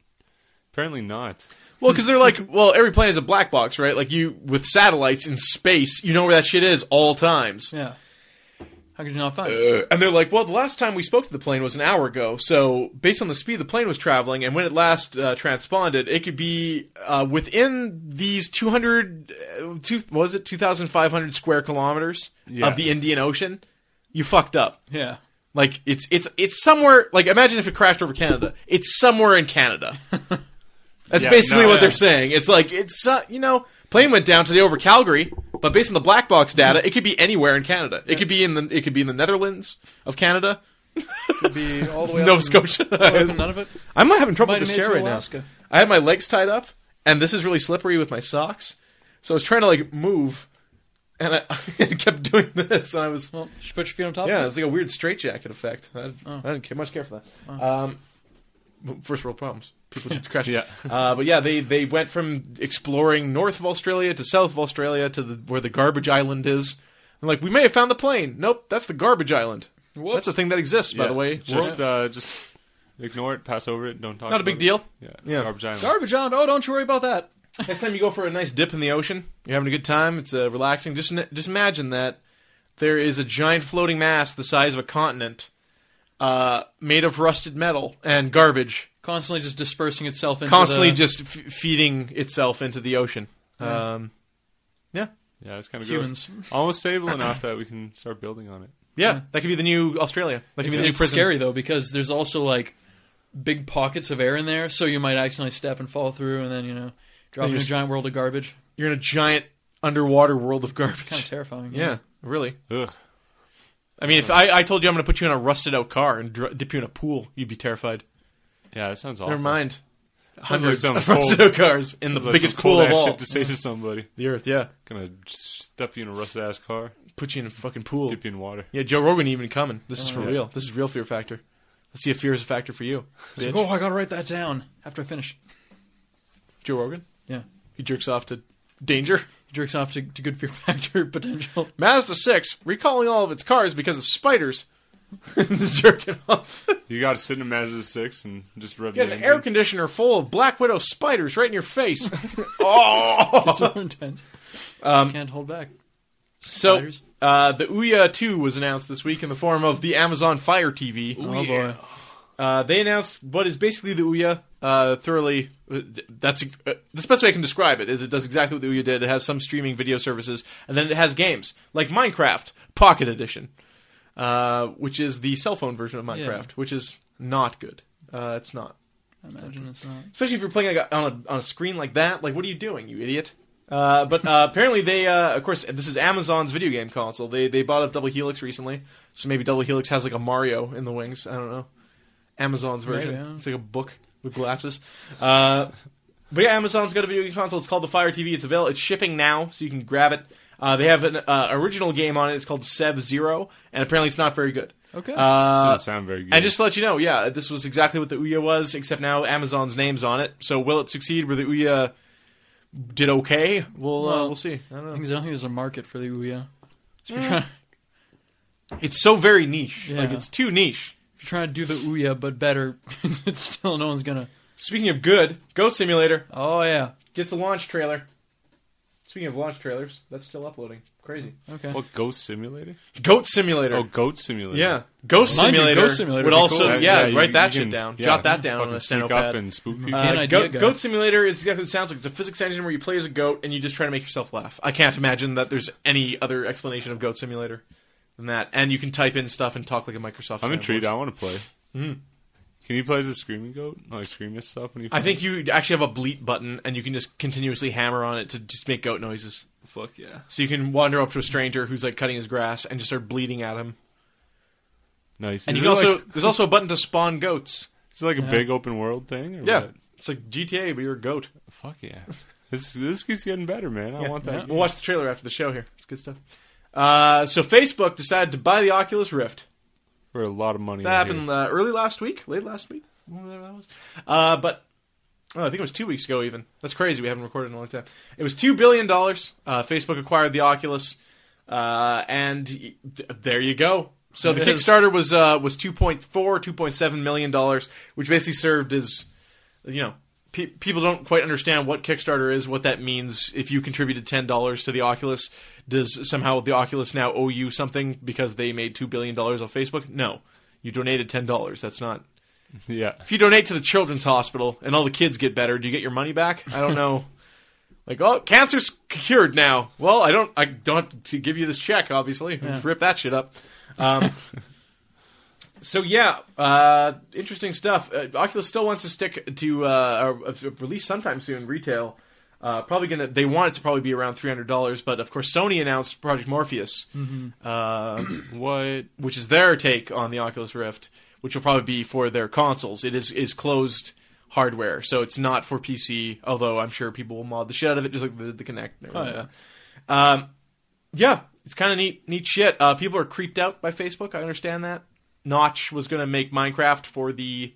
Speaker 2: apparently not.
Speaker 1: Well, because they're like, well, every plane is a black box, right? Like you with satellites in space, you know where that shit is all times.
Speaker 3: Yeah. How could you not find? it?
Speaker 1: Uh, and they're like, well, the last time we spoke to the plane was an hour ago. So based on the speed the plane was traveling and when it last uh, transponded, it could be uh, within these 200, uh, two, what was it 2,500 square kilometers
Speaker 2: Yeah.
Speaker 1: of the Indian Ocean. You fucked up.
Speaker 3: Yeah.
Speaker 1: Like it's it's it's somewhere. Like imagine if it crashed over Canada. It's somewhere in Canada. That's
Speaker 2: Yeah,
Speaker 1: basically
Speaker 2: no,
Speaker 1: what
Speaker 2: yeah.
Speaker 1: they're saying. It's like it's uh, you know plane went down today over Calgary, but based on the black box data, it could be anywhere in Canada. It could be in the it could be in the Netherlands of Canada,
Speaker 3: Could be all the way
Speaker 1: Nova
Speaker 3: up
Speaker 1: Scotia.
Speaker 3: In, all the way up in none of it.
Speaker 1: I'm having trouble
Speaker 3: Might
Speaker 1: with this
Speaker 3: have made it
Speaker 1: chair
Speaker 3: to
Speaker 1: right
Speaker 3: Alaska.
Speaker 1: now. I had my legs tied up, and this is really slippery with my socks. So I was trying to like move, and I, I kept doing this, and I was
Speaker 3: Well, you should put your feet on top.
Speaker 1: yeah, it
Speaker 3: Of
Speaker 1: was like a weird straitjacket effect. I,
Speaker 3: Oh.
Speaker 1: I didn't care, much care for that. Um, w- first world problems. People just crash.
Speaker 2: Yeah.
Speaker 1: Uh, but yeah, they, they went from exploring north of Australia to south of Australia to the, where the garbage island is. And like, we may have found the plane. Nope, that's the garbage island.
Speaker 3: Whoops.
Speaker 1: That's the thing that exists, by
Speaker 2: Yeah.
Speaker 1: the way.
Speaker 2: just uh, just ignore it, pass over it, don't talk.
Speaker 1: Not a
Speaker 2: about
Speaker 1: big
Speaker 2: it.
Speaker 1: deal.
Speaker 2: Yeah,
Speaker 1: Yeah.
Speaker 2: garbage island.
Speaker 3: Garbage on. Oh, don't you worry about that.
Speaker 1: Next time you go for a nice dip in the ocean, you're having a good time. It's uh, relaxing. Just just imagine that there is a giant floating mass the size of a continent, uh, made of rusted metal and garbage,
Speaker 3: Constantly just dispersing itself into
Speaker 1: constantly
Speaker 3: the-
Speaker 1: just f- feeding itself into the ocean. Um,
Speaker 2: yeah, it's kind of gross.
Speaker 3: humans.
Speaker 2: Almost stable enough that we can start building on it.
Speaker 1: yeah,
Speaker 3: Yeah.
Speaker 1: that could be the new Australia. That could
Speaker 3: It's,
Speaker 1: be the new
Speaker 3: it's
Speaker 1: prison.
Speaker 3: scary though because there's also like big pockets of air in there, so you might accidentally step and fall through, and then you know drop
Speaker 1: And
Speaker 3: in a
Speaker 1: you're s-
Speaker 3: giant world of garbage.
Speaker 1: You're in a giant underwater world of
Speaker 3: Kind of
Speaker 1: garbage.
Speaker 3: terrifying.
Speaker 1: Yeah, really.
Speaker 2: Ugh.
Speaker 1: I mean, if I, I told you I'm going to put you in a rusted out car and dr- dip you in a pool, you'd be terrified.
Speaker 2: Yeah, that sounds awful.
Speaker 1: Never mind.
Speaker 2: Sounds like
Speaker 1: Hundreds
Speaker 2: some
Speaker 1: of rusted out cars in the
Speaker 2: Sounds like
Speaker 1: biggest
Speaker 2: some
Speaker 1: pool
Speaker 2: cold-ass
Speaker 1: of all.
Speaker 2: Shit to say to somebody.
Speaker 1: The Earth, yeah.
Speaker 2: Gonna stuff you in a rusted ass car,
Speaker 1: Put you in a fucking pool.
Speaker 2: dip you in water.
Speaker 1: Yeah, Joe Rogan ain't even coming. This is for
Speaker 2: Oh, yeah.
Speaker 1: real. This is real fear factor. Let's see if fear is a factor for you.
Speaker 3: It's like,
Speaker 1: bitch.
Speaker 3: oh, I gotta write that down after I finish.
Speaker 1: Joe Rogan?
Speaker 3: Yeah.
Speaker 1: He jerks off to danger.
Speaker 3: Jerks off to, to good fear factor potential.
Speaker 1: Mazda 6, recalling all of its cars because of spiders. jerking off.
Speaker 2: You got to sit in a Mazda six and just rub
Speaker 1: Get
Speaker 2: the
Speaker 1: an
Speaker 2: engine.
Speaker 1: air conditioner full of Black Widow spiders right in your face. oh!
Speaker 3: It's so intense. Can't hold back.
Speaker 1: So,
Speaker 3: Spiders.
Speaker 1: uh, the Ouya 2 was announced this week in the form of the Amazon Fire TV.
Speaker 3: oh boy.
Speaker 1: Uh, they announced what is basically the Ouya. Uh, thoroughly, that's uh, that's the best way I can describe it. Is it does exactly what the Ouya did. It has some streaming video services, and then it has games like Minecraft Pocket Edition, uh, which is the cell phone version of Minecraft, which is not good. Uh, it's not,
Speaker 3: I imagine it's not.
Speaker 1: especially if you're playing like, on a on a screen like that. Like, what are you doing, you idiot? Uh, but uh, apparently they, uh, of course, this is Amazon's video game console. They they bought up Double Helix recently, so maybe Double Helix has like a Mario in the wings. I don't know. Amazon's version.
Speaker 3: Maybe, yeah.
Speaker 1: It's like a book with glasses. Uh, but yeah, Amazon's got a video game console. It's called the Fire TV. It's available. It's shipping now, so you can grab it. Uh, they have an uh, original game on it. It's called Sev Zero, and apparently it's not very good.
Speaker 3: Okay.
Speaker 1: Uh,
Speaker 2: Doesn't sound very good.
Speaker 1: and just to let you know, yeah, this was exactly what the Ouya was, except now Amazon's name's on it. So will it succeed where the Ouya did okay? We'll uh,
Speaker 3: Well,
Speaker 1: we'll see. I
Speaker 3: I
Speaker 1: don't
Speaker 3: think
Speaker 1: know.
Speaker 3: there's- I don't think there's a market for the Ouya. So if you're, trying, if
Speaker 1: It's so very niche. Like
Speaker 3: Yeah.
Speaker 1: it's too niche.
Speaker 3: you're trying to do the Ouya but better, it's still no one's gonna.
Speaker 1: Speaking of good, Ghost Simulator
Speaker 3: Oh yeah.
Speaker 1: gets a launch trailer. Speaking of launch trailers, that's still uploading. Crazy.
Speaker 3: Okay.
Speaker 2: what Ghost Simulator?
Speaker 1: Goat Simulator.
Speaker 2: Oh, Goat Simulator.
Speaker 1: yeah. Ghost
Speaker 3: Mind you,
Speaker 1: Simulator,
Speaker 3: Ghost Simulator
Speaker 1: would
Speaker 3: would be
Speaker 1: also
Speaker 3: cool.
Speaker 1: yeah,
Speaker 2: you-
Speaker 1: write that
Speaker 2: you
Speaker 1: shit
Speaker 2: can-
Speaker 1: down.
Speaker 2: yeah,
Speaker 1: Jot that down on a
Speaker 2: fucking sneak up
Speaker 1: stenopad.
Speaker 2: and spook people.
Speaker 3: Good
Speaker 1: Uh,
Speaker 3: idea,
Speaker 1: Goat,
Speaker 3: guys.
Speaker 1: Goat Simulator is exactly what it sounds like. It's a physics engine where you play as a goat and you just try to make yourself laugh. I can't imagine that there's any other explanation of Goat Simulator than that. And you can type in stuff and talk like a Microsoft.
Speaker 2: I'm
Speaker 1: Sam
Speaker 2: intrigued.
Speaker 1: voice.
Speaker 2: I want to play. Can you play as a screaming goat? Like scream at stuff when you.
Speaker 1: Mm-hmm. I think you actually have a bleep button and you can just continuously hammer on it to just make goat noises.
Speaker 2: fuck yeah.
Speaker 1: So you can wander up to a stranger who's like cutting his grass and just start bleeding at him.
Speaker 2: Nice.
Speaker 1: And
Speaker 2: is
Speaker 1: you can
Speaker 2: it
Speaker 1: also
Speaker 2: like,
Speaker 1: there's also a button to spawn goats.
Speaker 2: is it like a
Speaker 3: Yeah.
Speaker 2: big open world thing? Or
Speaker 1: Yeah,
Speaker 2: what?
Speaker 1: it's like GTA, but you're a goat.
Speaker 2: Fuck yeah. This this keeps getting better, man. I
Speaker 1: Yeah.
Speaker 2: want that.
Speaker 3: Yeah.
Speaker 1: We'll watch the trailer after the show here. It's good stuff. Uh, so Facebook decided to buy the Oculus Rift.
Speaker 2: for a lot of money.
Speaker 1: That
Speaker 2: I hear.
Speaker 1: happened uh, early last week, late last week, whatever that was. Uh, but oh, I think it was two weeks ago. Even that's crazy. We haven't recorded in a long time. It was two billion dollars. Uh, Facebook acquired the Oculus, uh, and y- th- there you go. So the
Speaker 3: It is.
Speaker 1: Kickstarter was uh, was 2.4, 2.7 million dollars, which basically served as, you know, pe- people don't quite understand what Kickstarter is, what that means. If you contributed ten dollars to the Oculus, does somehow the Oculus now owe you something because they made two billion dollars off Facebook? No, you donated ten dollars. That's not.
Speaker 2: Yeah.
Speaker 1: If you donate to the Children's Hospital and all the kids get better, do you get your money back? I don't know. like, oh, cancer's cured now. Well, I don't. I don't have to give you this check. Obviously,
Speaker 3: Yeah.
Speaker 1: rip that shit up. Um, so yeah, uh, interesting stuff. Uh, Oculus still wants to stick to uh, a, a release sometime soon, retail. Uh, probably gonna. They want it to probably be around three hundred dollars, but of course Sony announced Project Morpheus, uh,
Speaker 2: What?
Speaker 1: which is their take on the Oculus Rift, which will probably be for their consoles. It is is closed hardware, so it's not for PC. Although I'm sure people will mod the shit out of it, just like they did the Kinect. and
Speaker 3: Oh
Speaker 1: everything.
Speaker 3: yeah.
Speaker 1: Um, yeah, it's kind of neat, neat shit. Uh, people are creeped out by Facebook. I understand that. Notch was going to make Minecraft for the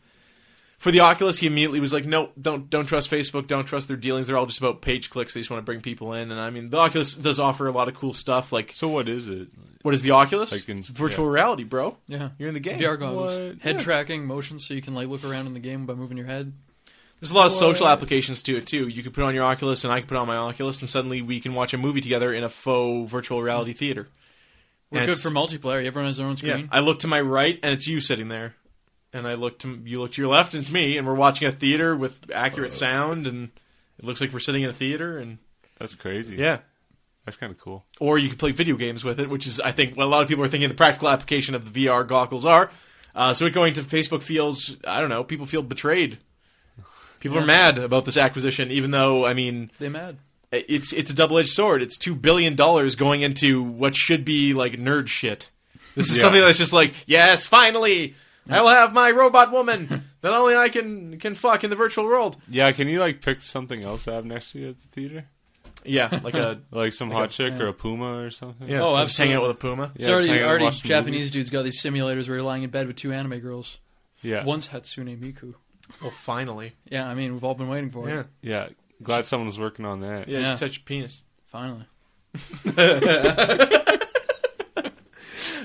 Speaker 1: for the Oculus, he immediately was like, "No, don't don't trust Facebook. Don't trust their dealings. They're all just about page clicks. They just want to bring people in." And I mean, the Oculus does offer a lot of cool stuff. Like,
Speaker 2: So what is it?
Speaker 1: what is the Oculus?
Speaker 2: Like in-
Speaker 1: It's virtual reality, bro.
Speaker 3: Yeah.
Speaker 1: You're in the game.
Speaker 3: VR goggles.
Speaker 2: What?
Speaker 3: Head
Speaker 1: Yeah.
Speaker 3: tracking, motion, so you can like look around in the game by moving your head.
Speaker 1: There's a lot of social applications to it too. You could put on your Oculus, and I could put on my Oculus, and suddenly we can watch a movie together in a faux virtual reality theater.
Speaker 3: We're
Speaker 1: And
Speaker 3: good
Speaker 1: it's-
Speaker 3: for multiplayer. Everyone has their own
Speaker 1: Yeah,
Speaker 3: screen.
Speaker 1: I look to my right, and it's you sitting there, and I look to you look to your left, and it's me, and we're watching a theater with accurate sound, and it looks like we're sitting in a theater, and
Speaker 2: That's crazy.
Speaker 1: yeah.
Speaker 2: That's kind of cool.
Speaker 1: Or you could play video games with it, which is I think what a lot of people are thinking the practical application of the VR goggles are. Uh, so it going to Facebook feels I don't know people feel betrayed. People are
Speaker 3: Yeah.
Speaker 1: mad about this acquisition, even though I mean
Speaker 3: They mad.
Speaker 1: it's it's a double edged sword. It's two billion dollars going into what should be like nerd shit. This is
Speaker 2: Yeah.
Speaker 1: something that's just like, yes, finally, I will have my robot woman that only I can can fuck in the virtual world.
Speaker 2: Yeah, can you like pick something else to have next to you at the theater?
Speaker 1: Yeah, like a
Speaker 2: Like some hot chick
Speaker 3: yeah.
Speaker 2: or a puma or something?
Speaker 1: yeah,
Speaker 3: Oh,
Speaker 1: oh, just hanging out with a puma.
Speaker 2: Yeah,
Speaker 3: It's already,
Speaker 2: just hang out and
Speaker 3: already
Speaker 2: watch the
Speaker 3: Japanese
Speaker 2: movies.
Speaker 3: dudes got these simulators where you're lying in bed with two anime girls.
Speaker 2: Yeah.
Speaker 3: One's Hatsune Miku.
Speaker 1: Well, finally,
Speaker 3: Yeah, I mean, we've all been waiting for
Speaker 1: yeah,
Speaker 3: it.
Speaker 2: Yeah. Glad someone was working on that.
Speaker 1: yeah,
Speaker 3: Yeah.
Speaker 1: just touch your penis.
Speaker 3: Finally.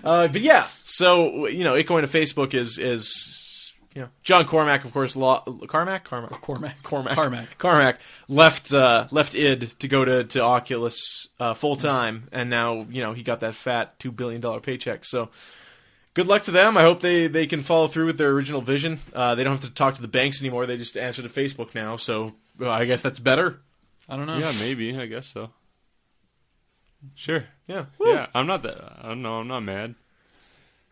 Speaker 1: Uh, but yeah, so you know, it going to Facebook is is you know John Cormack, of course, law Carmack, Carmack,
Speaker 3: Cormac.
Speaker 1: Cormac.
Speaker 3: Carmack.
Speaker 1: Carmack left uh, left id to go to to Oculus uh, full time, and now you know he got that fat two billion dollar paycheck. So good luck to them. I hope they they can follow through with their original vision. Uh, they don't have to talk to the banks anymore. They just answer to Facebook now. So uh, I guess that's better.
Speaker 3: I don't know.
Speaker 2: Yeah, maybe. I guess so. Sure.
Speaker 1: Yeah. Woo.
Speaker 2: Yeah, I'm not that. I don't know. I'm not mad.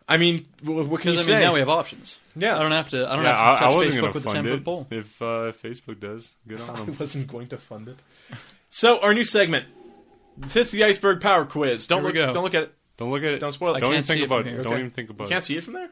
Speaker 1: I mean, w- what can you
Speaker 3: Because I
Speaker 1: say?
Speaker 3: mean, now we have options.
Speaker 1: yeah.
Speaker 3: I don't have to. I don't
Speaker 2: yeah,
Speaker 3: have to
Speaker 2: I,
Speaker 3: touch
Speaker 2: I wasn't
Speaker 3: Facebook
Speaker 2: gonna
Speaker 3: with a
Speaker 2: fund
Speaker 3: ten
Speaker 2: it
Speaker 3: foot pole.
Speaker 2: If uh, Facebook does, good on
Speaker 1: I
Speaker 2: them.
Speaker 1: wasn't going to fund it. So our new segment. Fits the iceberg power quiz. Don't
Speaker 3: Here
Speaker 1: look.
Speaker 3: we go.
Speaker 1: Don't look at it.
Speaker 2: Don't look at it.
Speaker 1: Don't spoil it.
Speaker 2: Don't even
Speaker 3: can't see
Speaker 2: think
Speaker 3: it from
Speaker 2: about
Speaker 3: here,
Speaker 2: Don't
Speaker 1: okay.
Speaker 2: even think about
Speaker 1: You can't
Speaker 2: it.
Speaker 1: see it from there.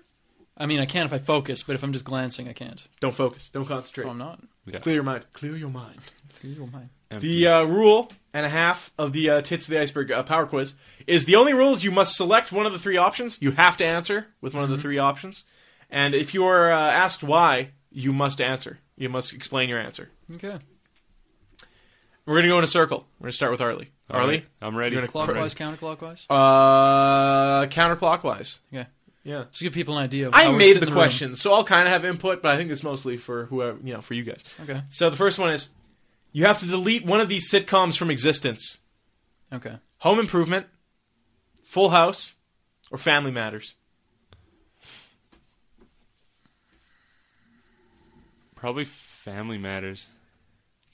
Speaker 3: I mean, I can if I focus, but if I'm just glancing, I can't.
Speaker 1: Don't focus. Don't concentrate.
Speaker 3: Oh, I'm not.
Speaker 2: Yeah.
Speaker 1: Clear your mind. Clear your mind.
Speaker 3: You don't mind.
Speaker 1: The uh, rule and a half of the uh, Tits of the Iceberg uh, power quiz is the only rule is you must select one of the three options. You have to answer with one of the three options. And if you are uh, asked why, you must answer. You must explain your answer.
Speaker 3: Okay.
Speaker 1: We're going to go in a circle. We're going to start with Arlie.
Speaker 2: All right,
Speaker 1: Arlie?
Speaker 2: I'm ready.
Speaker 1: You're gonna
Speaker 3: Clockwise, counterclockwise.
Speaker 1: Uh, counterclockwise.
Speaker 3: Okay.
Speaker 1: Yeah.
Speaker 3: Just to give people an idea. Of
Speaker 1: I
Speaker 3: how we
Speaker 1: made
Speaker 3: sit
Speaker 1: the,
Speaker 3: in room.
Speaker 1: question, so I'll kind of have input, but I think it's mostly for whoever, you know, for you guys.
Speaker 3: Okay.
Speaker 1: So the first one is you have to delete one of these sitcoms from existence.
Speaker 3: Okay.
Speaker 1: Home Improvement, Full House, or Family Matters?
Speaker 2: Probably Family Matters.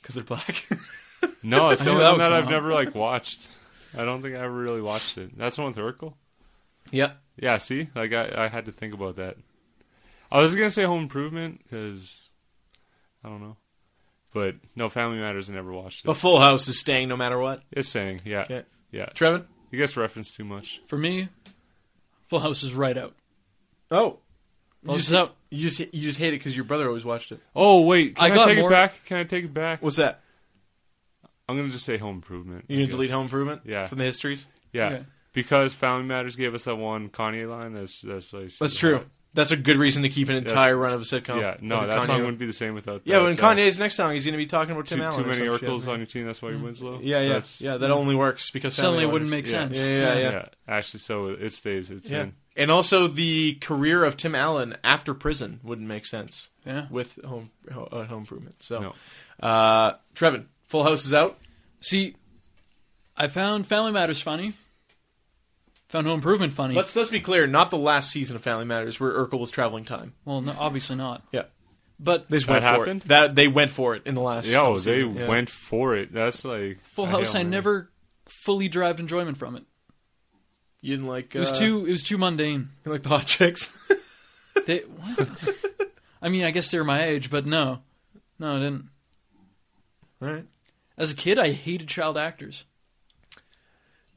Speaker 1: Because they're black.
Speaker 2: No, it's
Speaker 3: I
Speaker 2: the
Speaker 3: knew
Speaker 2: only one
Speaker 3: that would
Speaker 2: that
Speaker 3: come
Speaker 2: I've
Speaker 3: up.
Speaker 2: never like watched. I don't think I ever really watched it. That's the one with Urkel.
Speaker 1: yep.
Speaker 2: Yeah, see, like I, I had to think about that. I was gonna say Home Improvement because I don't know, but no, Family Matters. I never watched it.
Speaker 1: But Full House is staying no matter what.
Speaker 2: it's saying, yeah,
Speaker 1: Oh. Okay.
Speaker 2: yeah.
Speaker 1: Trevin?
Speaker 2: You guys reference too much.
Speaker 3: For me, Full House is right out.
Speaker 1: Oh.
Speaker 3: Full House is out.
Speaker 1: You just, you just hate it because your brother always watched it.
Speaker 2: Oh wait,
Speaker 3: I
Speaker 2: can I,
Speaker 3: got
Speaker 2: take
Speaker 3: more-
Speaker 2: it back? Can I take it back?
Speaker 1: What's that?
Speaker 2: I'm gonna just say Home Improvement.
Speaker 1: You
Speaker 2: I
Speaker 1: going to delete
Speaker 2: guess.
Speaker 1: Home Improvement?
Speaker 2: Yeah.
Speaker 1: From the histories?
Speaker 2: Yeah,
Speaker 3: Okay.
Speaker 2: because Family Matters gave us that one Kanye line. That's that's like
Speaker 1: That's true. That's a good reason to keep an entire run of a sitcom.
Speaker 2: Yeah, no,
Speaker 1: With
Speaker 2: that
Speaker 1: Kanye.
Speaker 2: song wouldn't be the same without.
Speaker 1: Yeah,
Speaker 2: that,
Speaker 1: when
Speaker 2: uh,
Speaker 1: Kanye's next song, he's going to be talking about
Speaker 2: too,
Speaker 1: Tim Allen.
Speaker 2: too
Speaker 1: or
Speaker 2: many
Speaker 1: some shit,
Speaker 2: Urkels
Speaker 1: man.
Speaker 2: on your team. That's why you're Winslow.
Speaker 1: Yeah, yeah.
Speaker 2: That's-
Speaker 1: yeah, that only works because
Speaker 3: Suddenly
Speaker 1: Family
Speaker 3: it wouldn't
Speaker 1: Matters.
Speaker 3: make
Speaker 2: Yeah.
Speaker 3: sense.
Speaker 1: Yeah, yeah, yeah.
Speaker 2: yeah. Actually, so it stays. It's
Speaker 1: Yeah.
Speaker 2: in.
Speaker 1: And also, the career of Tim Allen after prison wouldn't make sense
Speaker 3: Yeah.
Speaker 1: with Home Ho- uh, Home Improvement. So,
Speaker 2: No.
Speaker 1: uh, Trevin, Full House is out.
Speaker 3: See, I found Family Matters funny. Found Home Improvement funny.
Speaker 1: Let's let's be clear, not the last season of Family Matters where Urkel was traveling time.
Speaker 3: well, no, obviously not.
Speaker 1: Yeah,
Speaker 3: But
Speaker 1: they just
Speaker 2: That
Speaker 1: went
Speaker 2: happened?
Speaker 1: for it. That they went for it in the last.
Speaker 2: Yo,
Speaker 1: couple
Speaker 2: they
Speaker 1: seasons. Yeah.
Speaker 2: went for it. That's like
Speaker 3: Full
Speaker 2: a
Speaker 3: House,
Speaker 2: Hail
Speaker 3: I
Speaker 2: Mary.
Speaker 3: never fully derived enjoyment from it.
Speaker 1: You didn't like.
Speaker 3: It was
Speaker 1: uh,
Speaker 3: too. It was too mundane.
Speaker 1: you like the hot chicks.
Speaker 3: They. What? I mean, I guess they're my age, but no, no, I didn't.
Speaker 1: All right.
Speaker 3: As a kid, I hated child actors.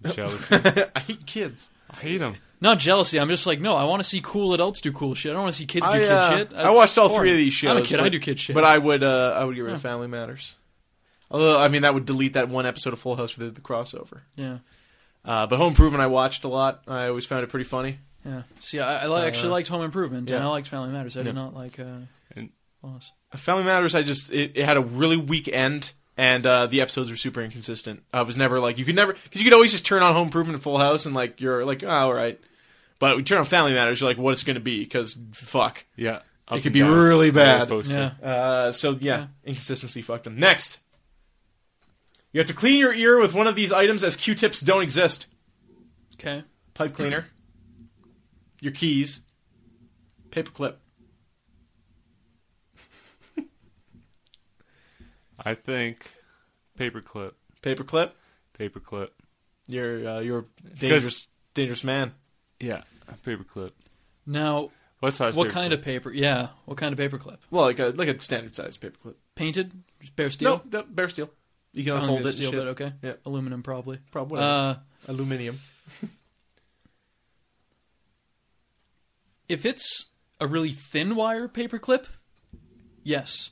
Speaker 2: Jealousy.
Speaker 1: I hate kids.
Speaker 2: I hate him.
Speaker 3: Not jealousy. I'm just like, no, I want to see cool adults do cool shit. I don't want to see kids do
Speaker 1: I,
Speaker 3: kid
Speaker 1: uh,
Speaker 3: shit.
Speaker 1: I watched all
Speaker 3: That's
Speaker 1: three of
Speaker 3: boring.
Speaker 1: these shows.
Speaker 3: I'm a kid. I
Speaker 1: but-
Speaker 3: do kid shit.
Speaker 1: But I would uh, I would get rid of Family Matters. Although I mean that would delete that one episode of Full House with the crossover.
Speaker 3: yeah,
Speaker 1: Uh, but Home Improvement I watched a lot. I always found it pretty funny.
Speaker 3: yeah. See, I, I li- actually liked Home Improvement, and
Speaker 1: Uh, yeah.
Speaker 3: I liked Family Matters. I
Speaker 1: Yeah.
Speaker 3: did not like. Uh,
Speaker 2: And
Speaker 3: Loss.
Speaker 1: Family Matters, I just it, it had a really weak end, and uh, the episodes were super inconsistent. I was never like you could never because you could always just turn on Home Improvement and Full House, and like you're like oh, all right, but we turn on Family Matters, you're like what it's going to be because fuck, it
Speaker 2: Yeah. Up
Speaker 1: could
Speaker 2: and
Speaker 1: be
Speaker 2: down.
Speaker 1: really
Speaker 2: Roller
Speaker 1: bad.
Speaker 2: coaster.
Speaker 3: Yeah.
Speaker 1: Uh, so yeah,
Speaker 3: Yeah.
Speaker 1: inconsistency fucked them. Next, you have to clean your ear with one of these items as Q-tips don't exist:
Speaker 3: Okay.
Speaker 1: pipe cleaner, your keys, paperclip.
Speaker 2: I think paperclip,
Speaker 1: Paperclip,
Speaker 2: paperclip.
Speaker 1: you're uh, you're a dangerous, dangerous man.
Speaker 2: Yeah, paperclip.
Speaker 3: Now,
Speaker 2: What size?
Speaker 3: what kind of paper? Yeah. What kind of paperclip?
Speaker 1: Well, like a like a standard size paperclip.
Speaker 3: Painted? Just bare
Speaker 1: No,
Speaker 3: steel?
Speaker 1: no, bare steel. You can
Speaker 3: I don't
Speaker 1: unfold
Speaker 3: think
Speaker 1: it.
Speaker 3: it's
Speaker 1: and
Speaker 3: steel,
Speaker 1: shit.
Speaker 3: but okay.
Speaker 1: Yeah.
Speaker 3: Aluminum, probably.
Speaker 1: Probably
Speaker 3: Uh,
Speaker 1: aluminium.
Speaker 3: if it's a really thin wire paperclip, yes.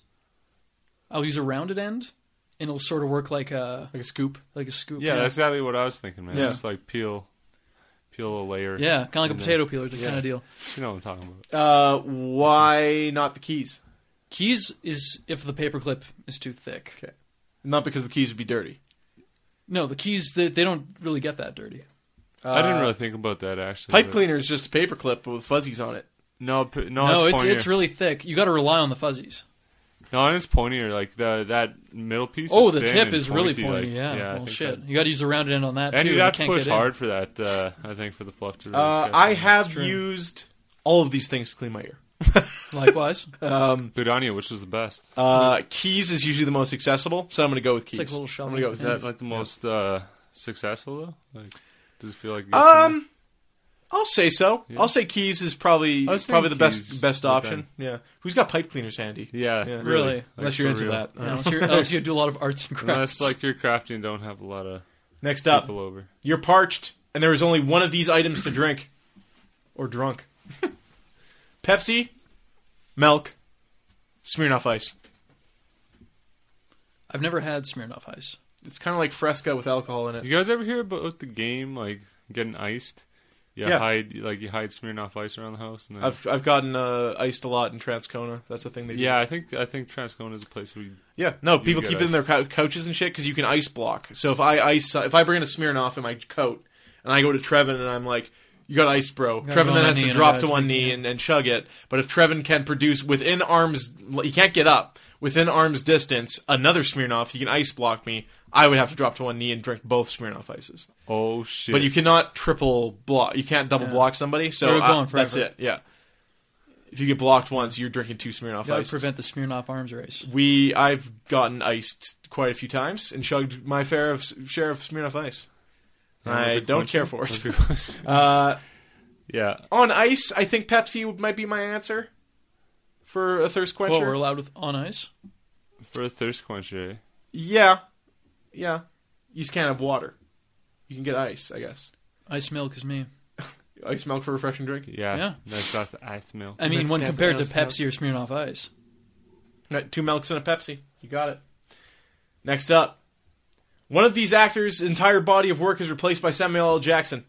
Speaker 3: I'll use a rounded end, and it'll sort of work like a
Speaker 1: Like a scoop.
Speaker 3: like a scoop.
Speaker 2: Yeah, that's exactly what I was thinking, man.
Speaker 1: Yeah.
Speaker 2: Just like peel, peel a layer.
Speaker 3: yeah, kind of like a
Speaker 2: And then-
Speaker 3: potato peeler kind of deal.
Speaker 2: You know what I'm talking about.
Speaker 1: Uh, why not the keys?
Speaker 3: Keys is if the paperclip is too thick.
Speaker 1: Not because the keys would be dirty.
Speaker 3: No, the keys they, they don't really get that dirty.
Speaker 1: Uh,
Speaker 2: I didn't really think about that actually.
Speaker 1: Pipe
Speaker 2: but-
Speaker 1: cleaner is just a paperclip with fuzzies on it.
Speaker 2: No, p- no,
Speaker 3: No,
Speaker 2: it's
Speaker 3: it's
Speaker 2: Oh, pointier.
Speaker 3: it's really thick. You got to rely on the fuzzies.
Speaker 2: no, and it's pointier. Like the that middle piece.
Speaker 3: Oh,
Speaker 2: is
Speaker 3: the
Speaker 2: thin
Speaker 3: tip
Speaker 2: and
Speaker 3: is really
Speaker 2: pointy,
Speaker 3: pointy.
Speaker 2: like-
Speaker 3: yeah.
Speaker 2: I
Speaker 3: well,
Speaker 2: think
Speaker 3: shit.
Speaker 2: that-
Speaker 3: You got to use a rounded end on that
Speaker 2: And
Speaker 3: too.
Speaker 2: you'd
Speaker 3: you
Speaker 2: have to
Speaker 3: can't
Speaker 2: push
Speaker 3: get in.
Speaker 2: hard for that. Uh, I think for the fluff to. Really
Speaker 1: Uh,
Speaker 2: catch
Speaker 1: I
Speaker 2: on.
Speaker 1: have
Speaker 3: true.
Speaker 1: used all of these things to clean my ear.
Speaker 3: Likewise,
Speaker 1: Um,
Speaker 2: Good on you. Which was the best?
Speaker 1: uh, keys is usually the most accessible, so I'm going to go with keys.
Speaker 3: like a little
Speaker 1: I'm
Speaker 3: shovel
Speaker 1: going to go with
Speaker 2: Is
Speaker 3: thing.
Speaker 1: that.
Speaker 2: that like the most uh, successful though? Like, does it feel like? it gets in
Speaker 1: Um, I'll say so.
Speaker 2: Yeah.
Speaker 1: I'll say keys is probably
Speaker 2: I was
Speaker 1: probably the
Speaker 2: thinking keys,
Speaker 1: best best
Speaker 2: but
Speaker 1: option. Yeah. Who's got pipe cleaners handy?
Speaker 2: there? Yeah,
Speaker 1: Yeah.
Speaker 2: really.
Speaker 3: Really.
Speaker 2: Like,
Speaker 1: Unless you're
Speaker 2: for
Speaker 1: into
Speaker 2: real.
Speaker 1: that. I don't
Speaker 3: unless,
Speaker 1: know.
Speaker 3: you're, unless you oh, do a lot of arts and crafts.
Speaker 2: Unless like you're crafty and don't have a lot of
Speaker 1: Next up,
Speaker 2: people over.
Speaker 1: You're parched, and there is only one of these items to drink. Or drunk. Pepsi, milk, Smirnoff Ice.
Speaker 3: I've never had Smirnoff Ice.
Speaker 1: It's kind of like Fresca with alcohol in it.
Speaker 2: You guys ever hear about the game like getting iced? You
Speaker 1: Yeah.
Speaker 2: hide like you hide Smirnoff ice around the house, and then
Speaker 1: I've I've gotten uh, iced a lot in Transcona. That's the thing they do.
Speaker 2: yeah, I think I think Transcone is a place we
Speaker 1: yeah. No, people
Speaker 2: get
Speaker 1: keep it in their cou- couches and shit because you can ice block. So if I ice, if I bring in a Smirnoff in my coat, and I go to Trevin and I'm like, "You got ice, bro."
Speaker 3: gotta go
Speaker 1: Trevin
Speaker 3: on
Speaker 1: then
Speaker 3: my
Speaker 1: has
Speaker 3: knee
Speaker 1: to
Speaker 3: and I
Speaker 1: drop
Speaker 3: gotta
Speaker 1: to one
Speaker 3: take it
Speaker 1: knee
Speaker 3: out.
Speaker 1: and, and chug it. But if Trevin can produce within arms, he can't get up within arms distance. Another Smirnoff, he can ice block me. I would have to drop to one knee and drink both Smirnoff ices.
Speaker 2: oh shit.
Speaker 1: But you cannot triple block. You can't double
Speaker 3: Yeah.
Speaker 1: block somebody. So
Speaker 3: You're
Speaker 1: I-
Speaker 3: going
Speaker 1: that's
Speaker 3: forever.
Speaker 1: it. Yeah. If you get blocked once, you're drinking two Smirnoff
Speaker 3: Got
Speaker 1: ices.
Speaker 3: to prevent the Smirnoff Arms race.
Speaker 1: We I've gotten iced quite a few times and chugged my fair of, share of Smirnoff Ice.
Speaker 2: Yeah, was
Speaker 1: I
Speaker 2: it
Speaker 1: don't care for
Speaker 2: Quentin?
Speaker 1: it.
Speaker 2: Was it-
Speaker 1: Uh,
Speaker 2: yeah,
Speaker 1: on ice, I think Pepsi might be my answer for a thirst quencher.
Speaker 3: Well, we're allowed with on ice.
Speaker 2: for a thirst quencher. eh?
Speaker 1: yeah, yeah. You just can't have water. You can get ice, I guess.
Speaker 3: Ice milk is me.
Speaker 1: Ice milk for refreshing drink.
Speaker 2: Yeah,
Speaker 3: Yeah.
Speaker 2: Nice glass of ice milk.
Speaker 3: I mean,
Speaker 1: That's-
Speaker 3: when
Speaker 1: that's-
Speaker 3: compared to
Speaker 1: that's-
Speaker 3: Pepsi or Smirnoff Ice.
Speaker 1: Right, Uh, Two milks and a Pepsi. You got it. Next up, one of these actors' entire body of work is replaced by Samuel L. Jackson.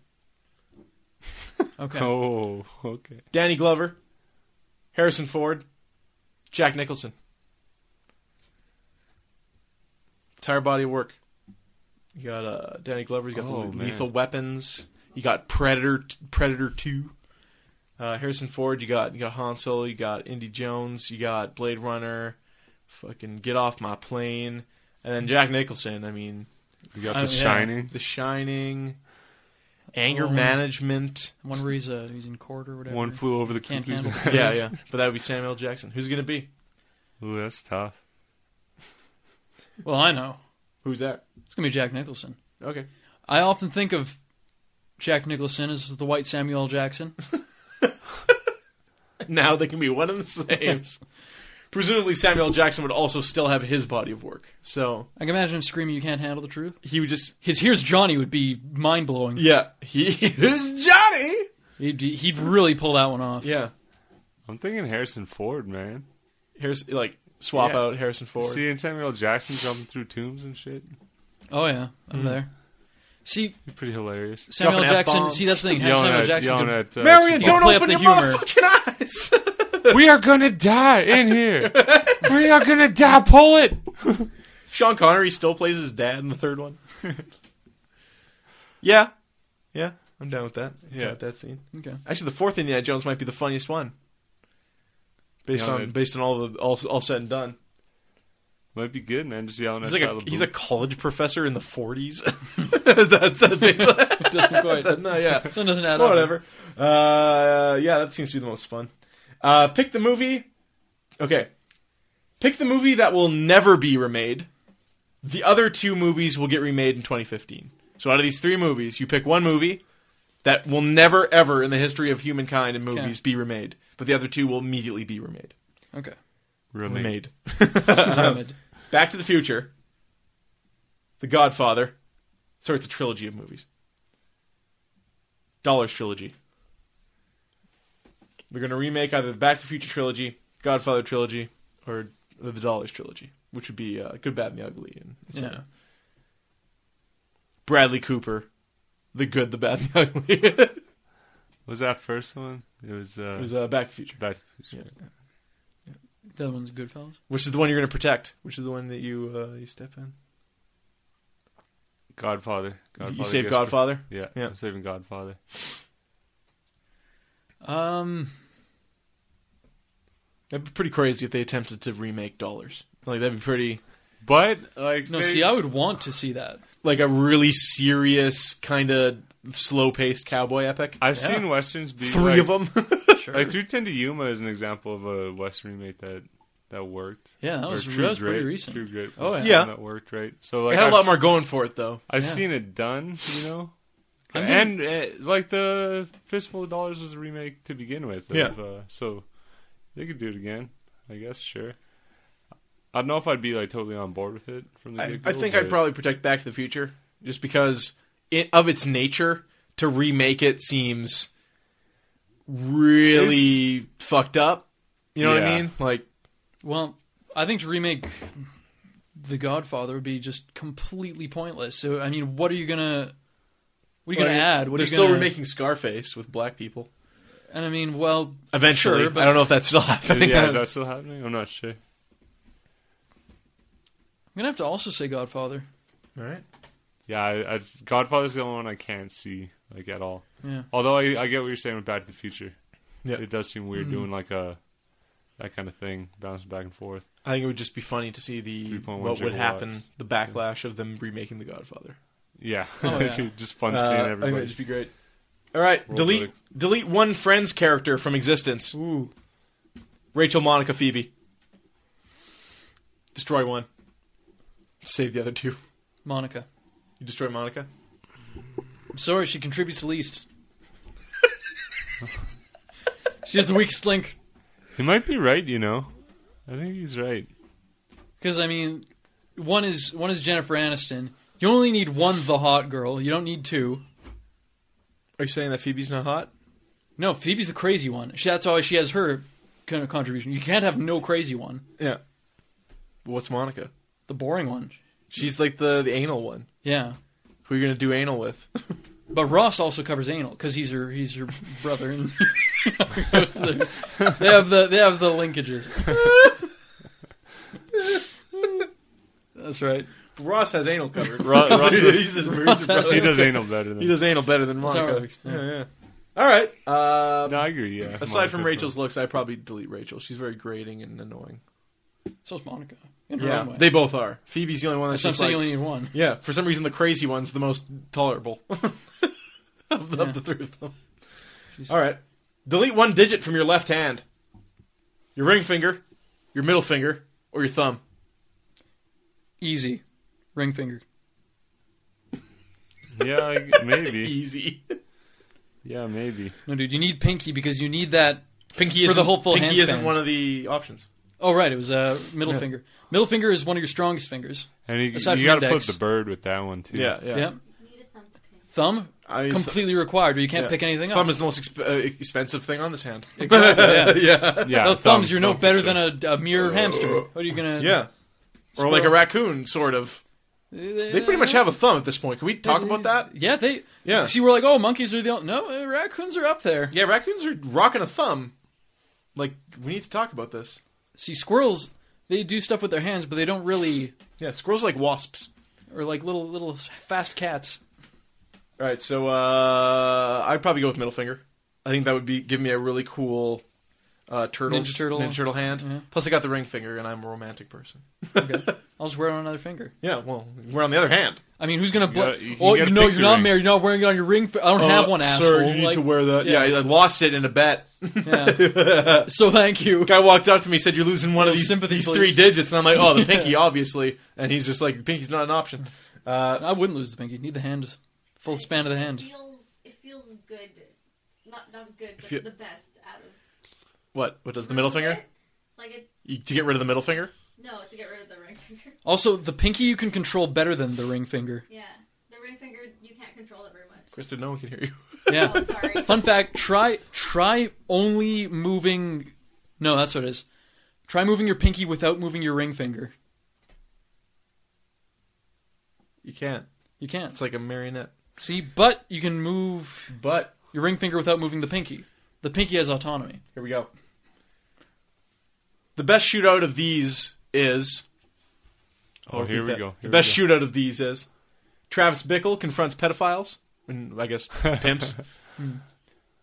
Speaker 3: Okay.
Speaker 2: Oh, okay.
Speaker 1: Danny Glover, Harrison Ford, Jack Nicholson. Entire body of work. You got uh, Danny Glover. You got
Speaker 2: Oh,
Speaker 1: the
Speaker 2: man.
Speaker 1: Lethal Weapons. You got Predator. Predator Two. Uh, Harrison Ford. You got you got Han Solo. You got Indy Jones. You got Blade Runner. Fucking get off my plane. And then Jack Nicholson. I mean,
Speaker 2: You got
Speaker 3: Oh,
Speaker 2: the
Speaker 3: yeah.
Speaker 2: shining.
Speaker 1: The Shining. Anger
Speaker 3: Oh.
Speaker 1: management.
Speaker 3: One where he's, uh, he's in court or whatever.
Speaker 2: One flew over the
Speaker 3: Can't
Speaker 2: cuckoo's
Speaker 3: handle
Speaker 2: nest.
Speaker 1: Yeah, yeah. But that would be Samuel L. Jackson. Who's it gonna be?
Speaker 2: Ooh, that's tough.
Speaker 3: Well, I know.
Speaker 1: Who's that?
Speaker 3: It's going to be Jack Nicholson.
Speaker 1: Okay.
Speaker 3: I often think of Jack Nicholson as the white Samuel L. Jackson.
Speaker 1: now they can be one and the same. Presumably, Samuel L. Jackson would also still have his body of work, so
Speaker 3: I can imagine him screaming, You Can't Handle the Truth.
Speaker 1: he would just
Speaker 3: His Here's Johnny would be mind blowing.
Speaker 1: yeah he is Johnny
Speaker 3: He'd, he'd really pull that one off.
Speaker 1: yeah.
Speaker 2: I'm thinking Harrison Ford, man.
Speaker 1: Here's like swap
Speaker 2: Yeah.
Speaker 1: out Harrison Ford.
Speaker 2: Seeing Samuel L. Jackson jumping through tombs and shit.
Speaker 3: Oh, yeah. I'm
Speaker 1: Mm-hmm.
Speaker 3: there. See,
Speaker 2: Be pretty hilarious.
Speaker 3: Samuel L.
Speaker 1: Dropping
Speaker 3: Jackson.
Speaker 1: F-bombs.
Speaker 3: See, that's the thing.
Speaker 2: Yelling
Speaker 3: Samuel L.
Speaker 2: at,
Speaker 3: Jackson.
Speaker 2: yelling at,
Speaker 3: could-
Speaker 2: uh,
Speaker 1: Marion,
Speaker 2: Chipotle.
Speaker 1: don't
Speaker 3: play
Speaker 1: open
Speaker 3: up
Speaker 1: your
Speaker 3: the humor.
Speaker 1: motherfucking eyes.
Speaker 2: we are gonna die in here. We are gonna die. Pull it.
Speaker 1: Sean Connery still plays his dad in the third one. yeah, yeah, I'm down with that. I'm
Speaker 2: Yeah.
Speaker 1: down with that scene.
Speaker 3: Okay.
Speaker 1: Actually, the fourth Indiana Jones might be the funniest one. Based
Speaker 2: Yeah,
Speaker 1: on
Speaker 2: it-
Speaker 1: based on all the all, all said and done,
Speaker 2: Might be good, man. Just yelling
Speaker 1: he's
Speaker 2: at
Speaker 1: like a
Speaker 2: Shia
Speaker 1: he's a
Speaker 2: LaBeouf.
Speaker 1: college professor in the 40s. that's that's basically-
Speaker 3: It doesn't quite. This
Speaker 1: no, yeah.
Speaker 3: one doesn't add up.
Speaker 1: Whatever. Uh, yeah, that seems to be the most fun. Uh, pick the movie. Okay. Pick the movie that will never be remade. The other two movies will get remade in 2015. So out of these three movies, you pick one movie that will never, ever in the history of humankind and movies be remade, but the other two will immediately be remade.
Speaker 3: Okay.
Speaker 2: Really?
Speaker 1: Remade.
Speaker 3: Pyramid.
Speaker 1: Back to the Future. The Godfather. Sorry, it's a trilogy of movies. Dollars trilogy. They're going to remake either the Back to the Future trilogy, Godfather trilogy, or the Dollars trilogy, which would be uh, Good, Bad, and the Ugly. And
Speaker 3: Yeah.
Speaker 1: etc. Bradley Cooper. The Good, the Bad, and the Ugly.
Speaker 2: Was that first one? It was. Uh,
Speaker 1: it was uh, Back to the Future.
Speaker 2: Back to the
Speaker 1: Yeah.
Speaker 2: Future.
Speaker 3: The other one's Goodfellas.
Speaker 1: Which is the one you're going to protect? Which is the one that you uh, you step in?
Speaker 2: Godfather. Godfather.
Speaker 1: you save
Speaker 2: gets-
Speaker 1: Godfather.
Speaker 2: Yeah,
Speaker 1: Yeah.
Speaker 2: I'm saving Godfather.
Speaker 3: Um,
Speaker 1: That'd be pretty crazy if they attempted to remake Dollars. Like that'd be pretty,
Speaker 2: But like,
Speaker 3: no,
Speaker 2: they-
Speaker 3: see, I would want to see that.
Speaker 1: like a really serious kind of slow-paced cowboy epic.
Speaker 2: I've
Speaker 3: Yeah.
Speaker 2: seen westerns be
Speaker 1: Three
Speaker 2: like,
Speaker 1: of them.
Speaker 3: Sure.
Speaker 2: Like Three Ten to Yuma is an example of a western remake that that worked.
Speaker 3: yeah, that
Speaker 2: Or
Speaker 3: was,
Speaker 2: True
Speaker 3: that was pretty
Speaker 2: Grit-
Speaker 3: recent.
Speaker 2: True Grit
Speaker 3: Oh,
Speaker 2: was
Speaker 1: yeah.
Speaker 2: one that worked right. So like
Speaker 1: it had
Speaker 2: I've
Speaker 1: a lot
Speaker 2: s-
Speaker 1: more going for it though.
Speaker 2: I've
Speaker 3: Yeah.
Speaker 2: seen it done, you know.
Speaker 3: I mean-
Speaker 2: and uh, like the Fistful of Dollars was a remake to begin with. Of,
Speaker 1: Yeah.
Speaker 2: Uh, so they could do it again, I guess. Sure. I don't know if I'd be like totally on board with it from the
Speaker 1: I,
Speaker 2: get-go,
Speaker 1: I think I'd
Speaker 2: but-
Speaker 1: probably protect Back to the Future just because it, of its nature to remake it seems really fucked up. You know what I
Speaker 2: Yeah.
Speaker 1: mean? Like
Speaker 3: Well, I think to remake The Godfather would be just completely pointless. So, I mean, what are you gonna, what are you
Speaker 1: like,
Speaker 3: gonna add? What
Speaker 1: they're
Speaker 3: are you
Speaker 1: still
Speaker 3: gonna,
Speaker 1: remaking Scarface with black people.
Speaker 3: And I mean, well,
Speaker 1: Eventually,
Speaker 3: Sure, but-
Speaker 1: I don't know if that's still happening.
Speaker 2: Yeah, is that still happening? I'm not sure.
Speaker 3: I'm gonna have to also say Godfather.
Speaker 1: All right.
Speaker 2: Yeah, I, I just- Godfather's the only one I can't see like at all.
Speaker 3: Yeah.
Speaker 2: Although I, I get what you're saying with Back to the Future.
Speaker 1: Yeah.
Speaker 2: It does seem
Speaker 3: Mm.
Speaker 2: weird doing like a that kind of thing, bouncing back and forth.
Speaker 1: I think it would just be funny to see the
Speaker 2: 3.1
Speaker 1: what would
Speaker 2: gigawatts.
Speaker 1: happen, the backlash of them remaking The Godfather.
Speaker 2: Yeah,
Speaker 3: Oh, yeah.
Speaker 2: just fun
Speaker 1: Uh,
Speaker 2: seeing
Speaker 1: I think that'd
Speaker 2: everybody.
Speaker 1: just be great. All right,
Speaker 2: Roll
Speaker 1: delete
Speaker 2: verdict.
Speaker 1: delete one friend's character from existence.
Speaker 3: Ooh.
Speaker 1: Rachel, Monica, Phoebe. Destroy one. Save the other two.
Speaker 3: Monica.
Speaker 1: You destroy Monica.
Speaker 3: I'm sorry, she contributes the least. she has the weakest link.
Speaker 2: He might be right, you know. I think he's right.
Speaker 3: Because I mean, one is one is Jennifer Aniston. You only need one the hot girl. You don't need two.
Speaker 1: Are you saying that Phoebe's not hot?
Speaker 3: No, Phoebe's the crazy one. She, that's why she has her kind of contribution. You can't have no crazy one.
Speaker 1: Yeah. But what's Monica?
Speaker 3: The boring one.
Speaker 1: She's like the the anal one.
Speaker 3: Yeah.
Speaker 1: Who are you gonna do anal with?
Speaker 3: But Ross also covers anal because he's her he's her brother. And they have the they have the linkages. That's right.
Speaker 1: Ross has anal covered.
Speaker 2: Ro- Ross is-
Speaker 1: He's just-
Speaker 3: Ross has-
Speaker 2: He does anal better than.
Speaker 1: he does anal better than
Speaker 3: That's how it
Speaker 1: Monica.
Speaker 3: works,
Speaker 1: Yeah,
Speaker 3: yeah.
Speaker 1: yeah. All right. Um,
Speaker 2: No, I agree. Yeah.
Speaker 1: aside
Speaker 2: Monica
Speaker 1: from Rachel's looks, I probably delete Rachel. She's very grating and annoying.
Speaker 3: So's Monica in her
Speaker 1: Yeah,
Speaker 3: own way.
Speaker 1: they both are. Phoebe's the only one that's
Speaker 3: That's what I'm
Speaker 1: just
Speaker 3: saying.
Speaker 1: like,
Speaker 3: You only need one.
Speaker 1: yeah. For some reason, the crazy one's the most tolerable of, the,
Speaker 3: Yeah.
Speaker 1: of the three of them.
Speaker 3: She's-
Speaker 1: All right, delete one digit from your left hand: your ring finger, your middle finger, or your thumb.
Speaker 3: Easy. Ring finger.
Speaker 2: Pepper. Yeah, I- maybe.
Speaker 1: Easy.
Speaker 2: Yeah, maybe.
Speaker 3: No, dude, you need pinky because you need that.
Speaker 1: Pinky
Speaker 3: For
Speaker 1: isn't
Speaker 3: the whole full
Speaker 1: Pinky
Speaker 3: hand
Speaker 1: isn't
Speaker 3: span.
Speaker 1: one of the options.
Speaker 3: Oh, right. It was uh, middle
Speaker 1: Yeah.
Speaker 3: finger. Middle finger is one of your strongest fingers.
Speaker 2: And you,
Speaker 3: Aside
Speaker 2: you got
Speaker 3: from
Speaker 2: to flip
Speaker 3: index.
Speaker 2: the bird with that one too.
Speaker 1: Yeah, yeah.
Speaker 3: Yep.
Speaker 5: Need a thumb to pin.
Speaker 3: Thumb
Speaker 1: I mean, th-
Speaker 3: completely required, or you can't
Speaker 1: yeah.
Speaker 3: pick anything
Speaker 1: Thumb
Speaker 3: up.
Speaker 1: is the most exp- uh, expensive thing on this hand.
Speaker 3: Exactly. Yeah.
Speaker 1: yeah,
Speaker 2: Yeah.
Speaker 3: no
Speaker 2: thumb,
Speaker 3: thumbs. You're no
Speaker 2: thumb for
Speaker 3: better
Speaker 2: sure.
Speaker 3: than a, a mere hamster. What are you gonna?
Speaker 1: yeah. Or like a raccoon, sort of. They pretty much have a thumb at this point. Can we talk about that?
Speaker 3: Uh, Yeah, they.
Speaker 1: Yeah.
Speaker 3: See, we're like, oh, monkeys are the only. No, uh, raccoons are up there.
Speaker 1: Yeah, raccoons are rocking a thumb. Like, we need to talk about this.
Speaker 3: See, squirrels they do stuff with their hands, but they don't really
Speaker 1: Yeah, squirrels like wasps.
Speaker 3: or like little little fast cats.
Speaker 1: All right, so uh, I'd probably go with middle finger. I think that would be give me a really cool uh, turtles,
Speaker 3: Ninja turtle.
Speaker 1: hand.
Speaker 3: Yeah.
Speaker 1: Plus, I got the ring finger, and I'm a romantic person.
Speaker 3: Okay. I'll just wear it on another finger.
Speaker 1: Yeah, well, we're on the other hand.
Speaker 3: I mean, who's gonna? Bl-
Speaker 2: gotta- you
Speaker 3: oh,
Speaker 2: gotta
Speaker 3: you know,
Speaker 2: pick your
Speaker 3: you're not
Speaker 2: ring.
Speaker 3: married. You're not wearing it on your ring. fi- I don't have one, asshole.
Speaker 1: Oh, Sir, you need
Speaker 3: Like,
Speaker 1: to wear that.
Speaker 3: yeah.
Speaker 1: Yeah. I lost it in a bet.
Speaker 3: yeah. so thank you.
Speaker 1: Guy walked up to me, said, "You're losing one of
Speaker 3: Little
Speaker 1: these,
Speaker 3: sympathy,
Speaker 1: these
Speaker 3: please.
Speaker 1: three digits," and I'm like, "Oh, the pinky, obviously." And he's just like, "The pinky's not an option." Uh,
Speaker 3: I wouldn't lose the pinky. Need the hand, full span of the hand.
Speaker 5: It feels, it feels good. Not not good, but
Speaker 1: Feel-
Speaker 5: the best out of
Speaker 1: what? What does the middle finger?
Speaker 5: it. Like it,
Speaker 1: You, to get rid of the middle finger?
Speaker 5: no, to get rid of the ring finger.
Speaker 3: Also, the pinky you can control better than the ring finger.
Speaker 5: Yeah, the ring finger you can't control it very much.
Speaker 1: Kristen, no one can hear you.
Speaker 3: Yeah.
Speaker 5: Oh, sorry.
Speaker 3: Fun fact: try try only moving. No, that's what it is. Try moving your pinky without moving your ring finger.
Speaker 1: You can't.
Speaker 3: You can't
Speaker 1: It's like a marionette.
Speaker 3: see, but you can move
Speaker 1: But
Speaker 3: your ring finger without moving the pinky. The pinky has autonomy.
Speaker 1: Here we go. The best shootout of these is. I'll
Speaker 2: Oh, here
Speaker 1: repeat
Speaker 2: we
Speaker 1: that.
Speaker 2: go.
Speaker 1: the
Speaker 2: Here
Speaker 1: best
Speaker 2: we
Speaker 1: shootout of these is Travis Bickle confronts pedophiles, and I guess pimps.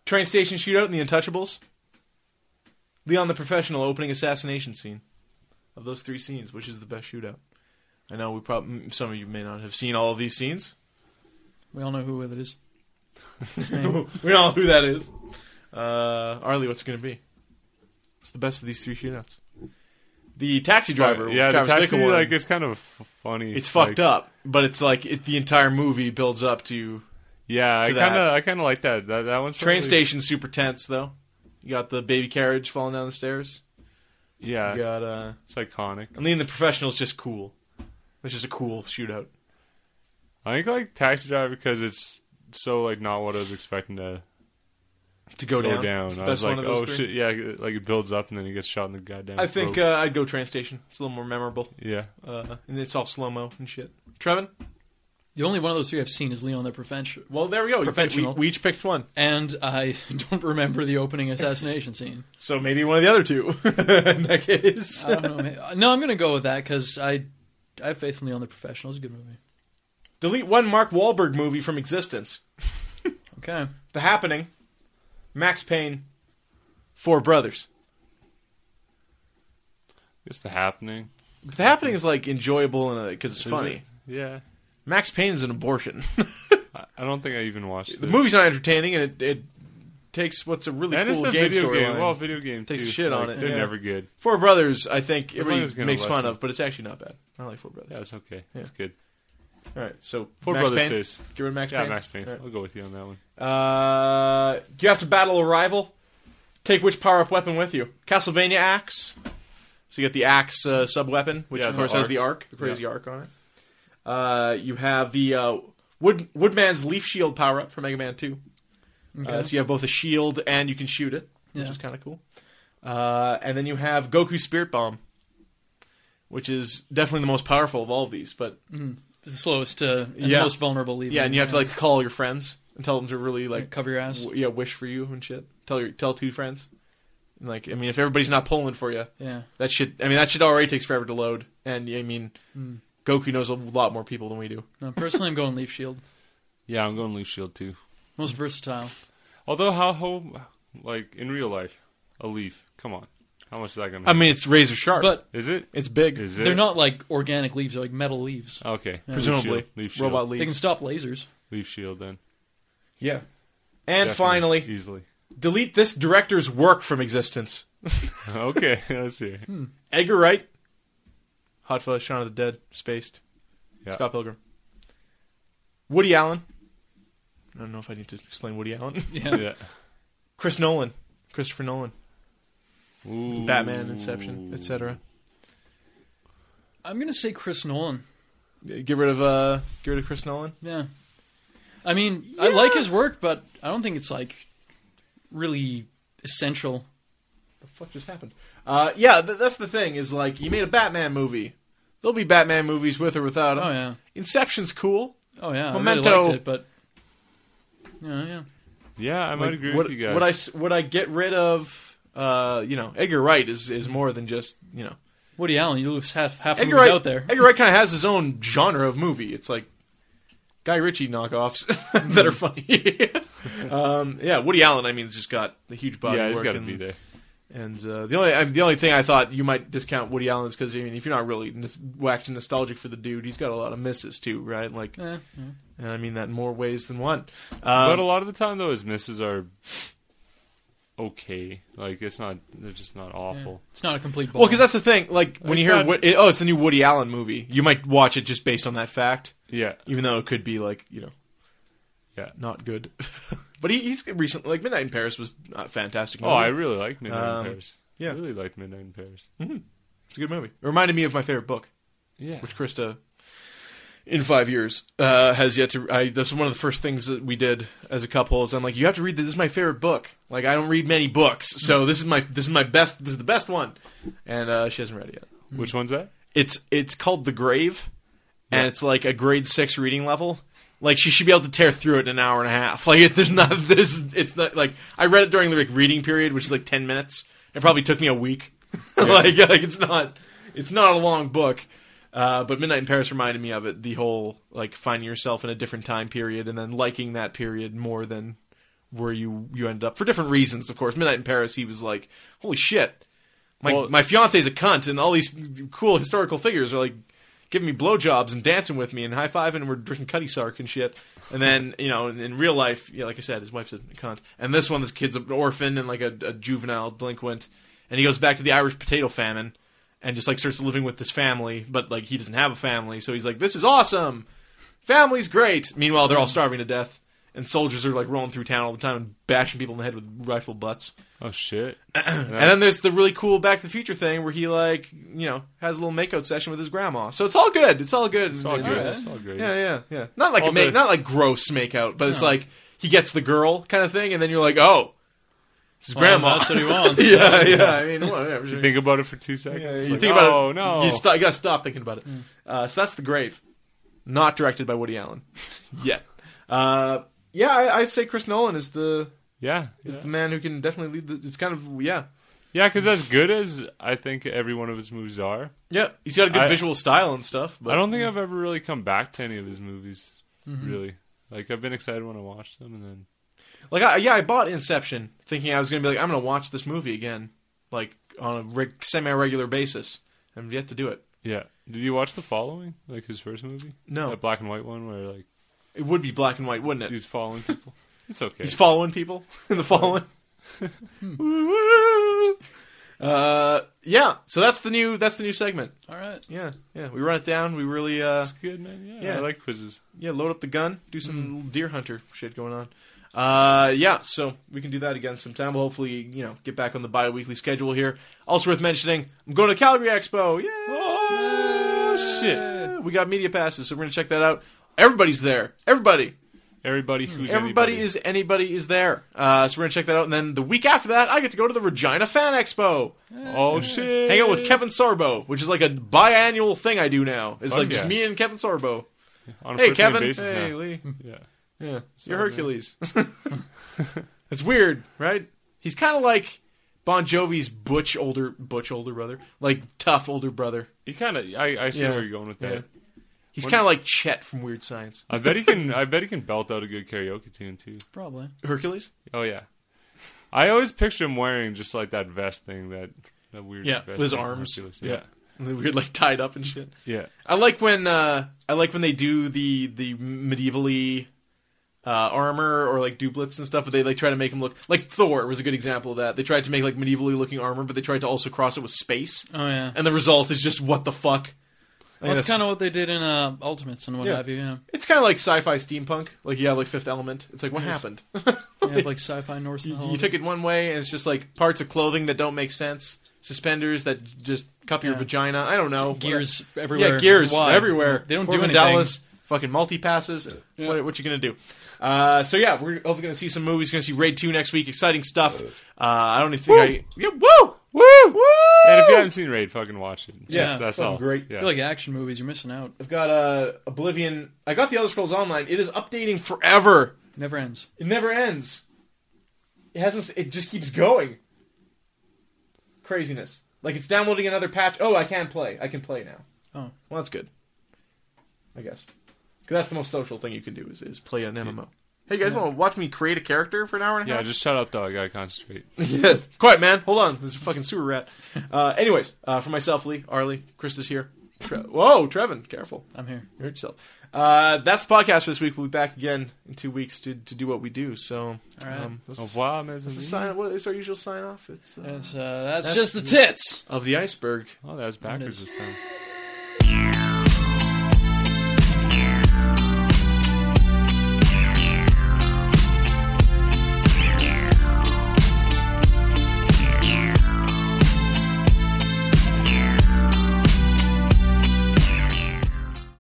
Speaker 1: Train station shootout in The Untouchables. Leon the Professional opening assassination scene. Of those three scenes, which is the best shootout? I know we probably some of you may not have seen all of these scenes.
Speaker 3: We all know who it is. It's
Speaker 1: we
Speaker 3: me.
Speaker 1: all know who that is. Uh, Arlie, what's it going to be? What's the best of these three shootouts? The taxi driver.
Speaker 2: go. Uh, Yeah, the
Speaker 1: Travis
Speaker 2: taxi
Speaker 1: Bickle one.
Speaker 2: like it's kind of f- funny.
Speaker 1: it's
Speaker 2: Like,
Speaker 1: fucked up, but it's like it, the entire movie builds up to
Speaker 2: Yeah, I
Speaker 1: to
Speaker 2: kind
Speaker 1: that.
Speaker 2: of I kind of like that. That that one's
Speaker 1: train
Speaker 2: probably-
Speaker 1: station super tense though. You got the baby carriage falling down the stairs.
Speaker 2: Yeah,
Speaker 1: You got uh,
Speaker 2: it's iconic.
Speaker 1: and then the professional's just cool. It's just a cool shootout.
Speaker 2: I think I like Taxi Driver because it's so like not what I was expecting to
Speaker 1: To go,
Speaker 2: go down.
Speaker 1: It's the
Speaker 2: I
Speaker 1: best
Speaker 2: was like,
Speaker 1: one of those
Speaker 2: oh
Speaker 1: three.
Speaker 2: shit, yeah, like it builds up and then he gets shot in the goddamn.
Speaker 1: I think
Speaker 2: throat.
Speaker 1: uh, I'd go train station. It's a little more memorable,
Speaker 2: yeah,
Speaker 1: uh, and it's all slow mo and shit. Trevin,
Speaker 3: The only one of those three I've seen is Leon the Professional,
Speaker 1: well there we go. We-
Speaker 3: Professional.
Speaker 1: we each picked one.
Speaker 3: and I don't remember the opening assassination scene.
Speaker 1: So maybe one of the other two in that case.
Speaker 3: I don't know. ma- No, I'm gonna go with that because I, I have faith in Leon the Professional. It's a good movie.
Speaker 1: Delete one Mark Wahlberg movie from existence.
Speaker 3: Okay,
Speaker 1: The Happening, Max Payne, Four Brothers.
Speaker 2: it's the happening.
Speaker 1: But The Happening is like enjoyable because it's
Speaker 2: Is
Speaker 1: funny.
Speaker 2: it? Yeah,
Speaker 1: Max Payne is an abortion.
Speaker 2: I, I don't think I even watched it.
Speaker 1: the movie's not entertaining, and it, it takes what's a really
Speaker 2: and it's
Speaker 1: cool
Speaker 2: a
Speaker 1: game
Speaker 2: video game.
Speaker 1: storyline.
Speaker 2: Well, video game
Speaker 1: Takes
Speaker 2: too.
Speaker 1: shit on
Speaker 2: Like,
Speaker 1: it,
Speaker 2: They're
Speaker 1: yeah.
Speaker 2: never good.
Speaker 1: Four Brothers, I think
Speaker 2: long as it's
Speaker 1: everybody
Speaker 2: gonna
Speaker 1: makes fun
Speaker 2: lessen.
Speaker 1: of, but it's actually not bad. I like Four Brothers.
Speaker 2: Yeah, it's okay.
Speaker 1: Yeah.
Speaker 2: It's good.
Speaker 1: All right, so
Speaker 2: Four
Speaker 1: Max
Speaker 2: Brothers
Speaker 1: Payne.
Speaker 2: says.
Speaker 1: Get rid of Max
Speaker 2: Yeah,
Speaker 1: Payne.
Speaker 2: Max Payne.
Speaker 1: All right.
Speaker 2: I'll go with you on that one.
Speaker 1: Uh, you have to battle a rival. Take which power up weapon with you? Castlevania axe. So you get the axe uh, sub weapon, which
Speaker 2: Yeah,
Speaker 1: of
Speaker 2: the
Speaker 1: course has
Speaker 2: arc.
Speaker 1: the arc, the crazy arc on it. Uh, you have the uh, wood woodman's leaf shield power up for Mega Man Two.
Speaker 3: okay.
Speaker 1: Uh, so you have both a shield and you can shoot it, which
Speaker 3: Yeah.
Speaker 1: is kind of cool. Uh, and then you have Goku Spirit Bomb, which is definitely the most powerful of all of these. But
Speaker 3: it's the slowest uh, and
Speaker 1: Yeah.
Speaker 3: the most vulnerable. Leaving.
Speaker 1: yeah, and you have to like call your friends and tell them to really like
Speaker 3: like cover your ass.
Speaker 1: w- yeah, wish for you and shit. Tell your tell two friends. And, Like, I mean, if everybody's not pulling for you,
Speaker 3: Yeah,
Speaker 1: that shit. I mean, that shit already takes forever to load. And I mean,
Speaker 3: Mm.
Speaker 1: Goku knows a lot more people than we do.
Speaker 3: no, personally, I'm going Leaf Shield.
Speaker 2: Yeah, I'm going Leaf Shield too.
Speaker 3: Most versatile.
Speaker 2: Although how how like in real life a leaf? Come on, how much is that gonna?
Speaker 1: I mean, it's razor sharp,
Speaker 3: But
Speaker 2: is it?
Speaker 1: it's big,
Speaker 2: Is it?
Speaker 3: they're not like organic leaves; they're like metal leaves.
Speaker 2: okay.
Speaker 3: Yeah.
Speaker 1: presumably.
Speaker 2: Leaf Shield. Leaf Shield.
Speaker 1: Robot
Speaker 3: They can
Speaker 1: leaves.
Speaker 3: stop lasers.
Speaker 2: Leaf Shield then.
Speaker 1: Yeah. And
Speaker 2: Definitely,
Speaker 1: finally,
Speaker 2: easily.
Speaker 1: delete this director's work from existence.
Speaker 2: okay, let's see.
Speaker 1: Edgar Wright, Hot Fuzz, Shaun of the Dead, Spaced,
Speaker 2: Yeah.
Speaker 1: Scott Pilgrim, Woody Allen. I don't know if I need to explain Woody Allen.
Speaker 3: Yeah,
Speaker 2: Yeah.
Speaker 1: Chris Nolan, Christopher Nolan,
Speaker 2: Ooh.
Speaker 1: Batman, Inception, etc.
Speaker 3: I'm gonna say Chris Nolan.
Speaker 1: Get rid of uh, get rid of Chris Nolan.
Speaker 3: Yeah, I mean, I like his work, but I don't think it's like really essential.
Speaker 1: The fuck just happened? Uh, yeah, th- that's the thing. Is like he made a Batman movie. There'll be Batman movies with or without him.
Speaker 3: Oh yeah,
Speaker 1: Inception's cool.
Speaker 3: oh yeah. I
Speaker 1: Memento.
Speaker 3: really liked it, but yeah, yeah.
Speaker 2: Yeah, I might
Speaker 1: Like,
Speaker 2: agree
Speaker 1: would,
Speaker 2: with you guys.
Speaker 1: Would I s- would I get rid of uh, you know, Edgar Wright is is more than just you know.
Speaker 3: Woody Allen, you lose half half
Speaker 1: Edgar
Speaker 3: movies
Speaker 1: Wright
Speaker 3: out there.
Speaker 1: Edgar Wright kind of has his own genre of movie. It's like Guy Ritchie knockoffs that are funny. um, yeah, Woody Allen. I mean, has just got the huge body.
Speaker 2: Mm-hmm. yeah, he's
Speaker 1: work
Speaker 2: got to
Speaker 1: and-
Speaker 2: be there.
Speaker 1: And uh, the only I the only thing I thought you might discount Woody Allen is because I mean, if you're not really n- waxed nostalgic for the dude, he's got a lot of misses too, right? Like,
Speaker 3: Eh, yeah.
Speaker 1: and I mean that in more ways than one. Um,
Speaker 2: but a lot of the time, though, his misses are okay. Like it's not. They're just not awful.
Speaker 3: It's not a complete ball.
Speaker 1: well, because that's the thing. Like when
Speaker 2: Like
Speaker 1: you hear,
Speaker 2: that-
Speaker 1: Wo- oh, it's the new Woody Allen movie. You might watch it just based on that fact,
Speaker 2: Yeah.
Speaker 1: even though it could be like you know,
Speaker 2: Yeah.
Speaker 1: not good. but he, he's recently like Midnight in Paris was a fantastic. Movie.
Speaker 2: Oh, I really like Midnight
Speaker 1: Um,
Speaker 2: in Paris.
Speaker 1: yeah.
Speaker 2: I really liked Midnight in Paris.
Speaker 1: it's a good movie. It reminded me of my favorite book.
Speaker 2: Yeah.
Speaker 1: which Krista, in five years, uh, has yet to. I, that's one of the first things that we did as a couple. Is I'm like, you have to read this. This is my favorite book. Like, I don't read many books, so this is my this is my best. This is the best one, and uh, she hasn't read it yet.
Speaker 2: Which one's that?
Speaker 1: It's it's called The Grave, and
Speaker 2: Yeah.
Speaker 1: it's like a grade six reading level. Like she should be able to tear through it in an hour and a half. Like it, there's not this. It's not like I read it during the like reading period, which is like ten minutes. It probably took me a week. like like it's not it's not a long book. Uh, but Midnight in Paris reminded me of it. The whole like finding yourself in a different time period and then liking that period more than where you you ended up for different reasons. Of course, Midnight in Paris. He was like, holy shit, my
Speaker 2: Well-
Speaker 1: my fiance's a cunt, and all these cool historical figures are like giving me blowjobs and dancing with me and high fiving, and we're drinking cutty sark and shit. And then you know, in, in real life, yeah, like I said, his wife's a cunt, and this one, this kid's an orphan and like a, a juvenile delinquent, and he goes back to the Irish potato famine and just like starts living with this family, but like he doesn't have a family, so he's like, this is awesome, family's great. Meanwhile, they're all starving to death. And soldiers are like rolling through town all the time and bashing people in the head with rifle butts.
Speaker 2: Oh shit.
Speaker 1: And then there's the really cool Back to the Future thing where he like you know has a little makeout session with his grandma. So it's all good. It's all good.
Speaker 2: It's all
Speaker 1: Yeah,
Speaker 2: good. It's all great.
Speaker 1: Yeah, yeah, yeah. Not like
Speaker 2: All
Speaker 1: a make,
Speaker 2: the-
Speaker 1: not like gross makeout, but it's
Speaker 3: No.
Speaker 1: like he gets the girl kind of thing, and then you're like, oh, it's his
Speaker 3: Well,
Speaker 1: grandma.
Speaker 3: that's what he wants.
Speaker 1: yeah, yeah. I mean, whatever.
Speaker 2: You think about it for two seconds.
Speaker 1: Yeah,
Speaker 2: It's
Speaker 1: you
Speaker 2: like,
Speaker 1: think about
Speaker 2: oh,
Speaker 1: it.
Speaker 2: no. Mm.
Speaker 1: you, sto- you gotta stop thinking about it. Uh, so that's the grave, not directed by Woody Allen yet. Uh, yeah, I, I'd say Chris Nolan is the
Speaker 2: yeah.
Speaker 1: is
Speaker 2: yeah.
Speaker 1: the man who can definitely lead. The, it's kind of yeah.
Speaker 2: Yeah, because as good as I think every one of his movies are,
Speaker 1: Yeah, he's got a good
Speaker 2: I-
Speaker 1: visual style and stuff. But
Speaker 2: I don't think I've ever really come back to any of his movies.
Speaker 1: Mm-hmm.
Speaker 2: Really, like I've been excited when I watched them, and then
Speaker 1: Like, I, yeah, I bought Inception thinking I was going to be like, I'm going to watch this movie again, like on a reg- semi-regular basis. I'm yet to do it.
Speaker 2: yeah. Did you watch the following? Like his first movie?
Speaker 1: No.
Speaker 2: that black and white one where like
Speaker 1: It would be black and white, wouldn't it?
Speaker 2: he's following people. It's okay.
Speaker 1: He's following people in the following.
Speaker 2: Hmm.
Speaker 1: uh, yeah. So that's the new that's the new segment.
Speaker 3: All right.
Speaker 1: Yeah, yeah. We run it down. We really uh,
Speaker 2: It's good, man. Yeah,
Speaker 1: Yeah.
Speaker 2: I like quizzes.
Speaker 1: yeah load up the gun, do some
Speaker 2: Hmm.
Speaker 1: little deer hunter shit going on. Uh, yeah, so we can do that again sometime. We'll hopefully, you know, get back on the bi-weekly schedule here. Also worth mentioning, I'm going to Calgary Expo. Yeah.
Speaker 2: Oh shit!
Speaker 1: We got media passes, so we're gonna check that out. Everybody's there. Everybody.
Speaker 2: Everybody who's
Speaker 1: Hmm. Everybody
Speaker 2: anybody.
Speaker 1: is anybody is there. Uh, so we're gonna check that out, and then the week after that, I get to go to the Regina Fan Expo,
Speaker 2: oh shit.
Speaker 1: hang out with Kevin Sorbo, which is like a biannual thing I do now. It's
Speaker 2: Fuck
Speaker 1: like just
Speaker 2: yeah.
Speaker 1: me and Kevin Sorbo.
Speaker 2: on a
Speaker 1: Hey
Speaker 2: first-name
Speaker 1: Kevin.
Speaker 2: basis
Speaker 1: Hey
Speaker 2: now.
Speaker 1: Lee.
Speaker 2: Yeah.
Speaker 1: Yeah,
Speaker 2: So,
Speaker 1: you're
Speaker 2: man.
Speaker 1: Hercules. it's weird, right? He's kind of like Bon Jovi's butch older butch older brother, like tough older brother.
Speaker 2: He kind of. I, I see
Speaker 1: Yeah.
Speaker 2: where you're going with that.
Speaker 1: Yeah. He's
Speaker 2: When-
Speaker 1: kind of like Chet from Weird Science.
Speaker 2: I bet he can. I bet he can belt out a good karaoke tune too.
Speaker 3: Probably.
Speaker 1: Hercules.
Speaker 2: Oh yeah, I always picture him wearing just like that vest thing, that that weird
Speaker 1: Yeah,
Speaker 2: vest
Speaker 1: with his
Speaker 2: thing.
Speaker 1: arms.
Speaker 2: Ridiculous.
Speaker 1: Yeah. And they Weird, like tied up and shit.
Speaker 2: yeah,
Speaker 1: I like when uh, I like when they do the the medievally uh, armor or like doublets and stuff, but they like try to make them look like Thor was a good example of that. They tried to make like medievally looking armor, but they tried to also cross it with space,
Speaker 3: Oh yeah.
Speaker 1: and the result is just what the fuck.
Speaker 3: Well, that's kind of what they did in uh, Ultimates and what
Speaker 1: Yeah.
Speaker 3: have you. Yeah.
Speaker 1: it's kind of like sci-fi steampunk. Like you have like Fifth Element. It's like what
Speaker 3: Yes.
Speaker 1: happened?
Speaker 3: They have like sci-fi Norse.
Speaker 1: Oh, you,
Speaker 3: mythology.
Speaker 1: you took it one way, and it's just like parts of clothing that don't make sense, suspenders that just cup your
Speaker 3: Yeah.
Speaker 1: vagina. I don't know
Speaker 3: gears everywhere.
Speaker 1: Yeah, gears
Speaker 3: Why?
Speaker 1: everywhere.
Speaker 3: They don't do
Speaker 1: Corbin
Speaker 3: anything.
Speaker 1: Dallas, fucking multi passes. What, what you gonna do? Uh, so yeah, we're hopefully gonna see some movies. Gonna see Raid Two next week. Exciting stuff. Uh, I don't even think I. Yeah, woo, woo, woo.
Speaker 2: And if you haven't seen Raid, fucking watch it.
Speaker 1: Yeah,
Speaker 2: Just- that's
Speaker 1: fucking
Speaker 2: all.
Speaker 1: great.
Speaker 2: Yeah.
Speaker 3: I feel like action movies, you're missing out.
Speaker 1: I've got uh, Oblivion. I got the Elder Scrolls Online. It is updating forever.
Speaker 3: Never ends.
Speaker 1: It never ends. It hasn't. It just keeps going. craziness. Like it's downloading another patch. Oh, I can play. I can play now.
Speaker 3: Oh.
Speaker 1: well, that's good. I guess 'Cause that's the most social thing you can do is, is play an MMO. Hey, you guys want to watch me create a character for an hour and a
Speaker 2: Yeah,
Speaker 1: half?
Speaker 2: just shut up, though. I gotta concentrate.
Speaker 1: Yeah, quiet, man. Hold on. This is a fucking sewer rat. Uh, anyways, uh, for myself, Lee, Arlie, Chris is here. Tre- Whoa, Trevin, careful.
Speaker 3: I'm here.
Speaker 1: You hurt yourself. Uh, that's the podcast for this week. We'll be back again in two weeks to, to do what we do. So,
Speaker 3: All right.
Speaker 1: um, this
Speaker 2: Au
Speaker 1: is-
Speaker 2: revoir,
Speaker 1: this is
Speaker 2: mes amis.
Speaker 1: sign, what is our usual sign off? It's uh,
Speaker 3: That's, uh, that's,
Speaker 1: That's-
Speaker 3: just the tits.
Speaker 1: of the iceberg.
Speaker 2: Oh, that was backwards this time.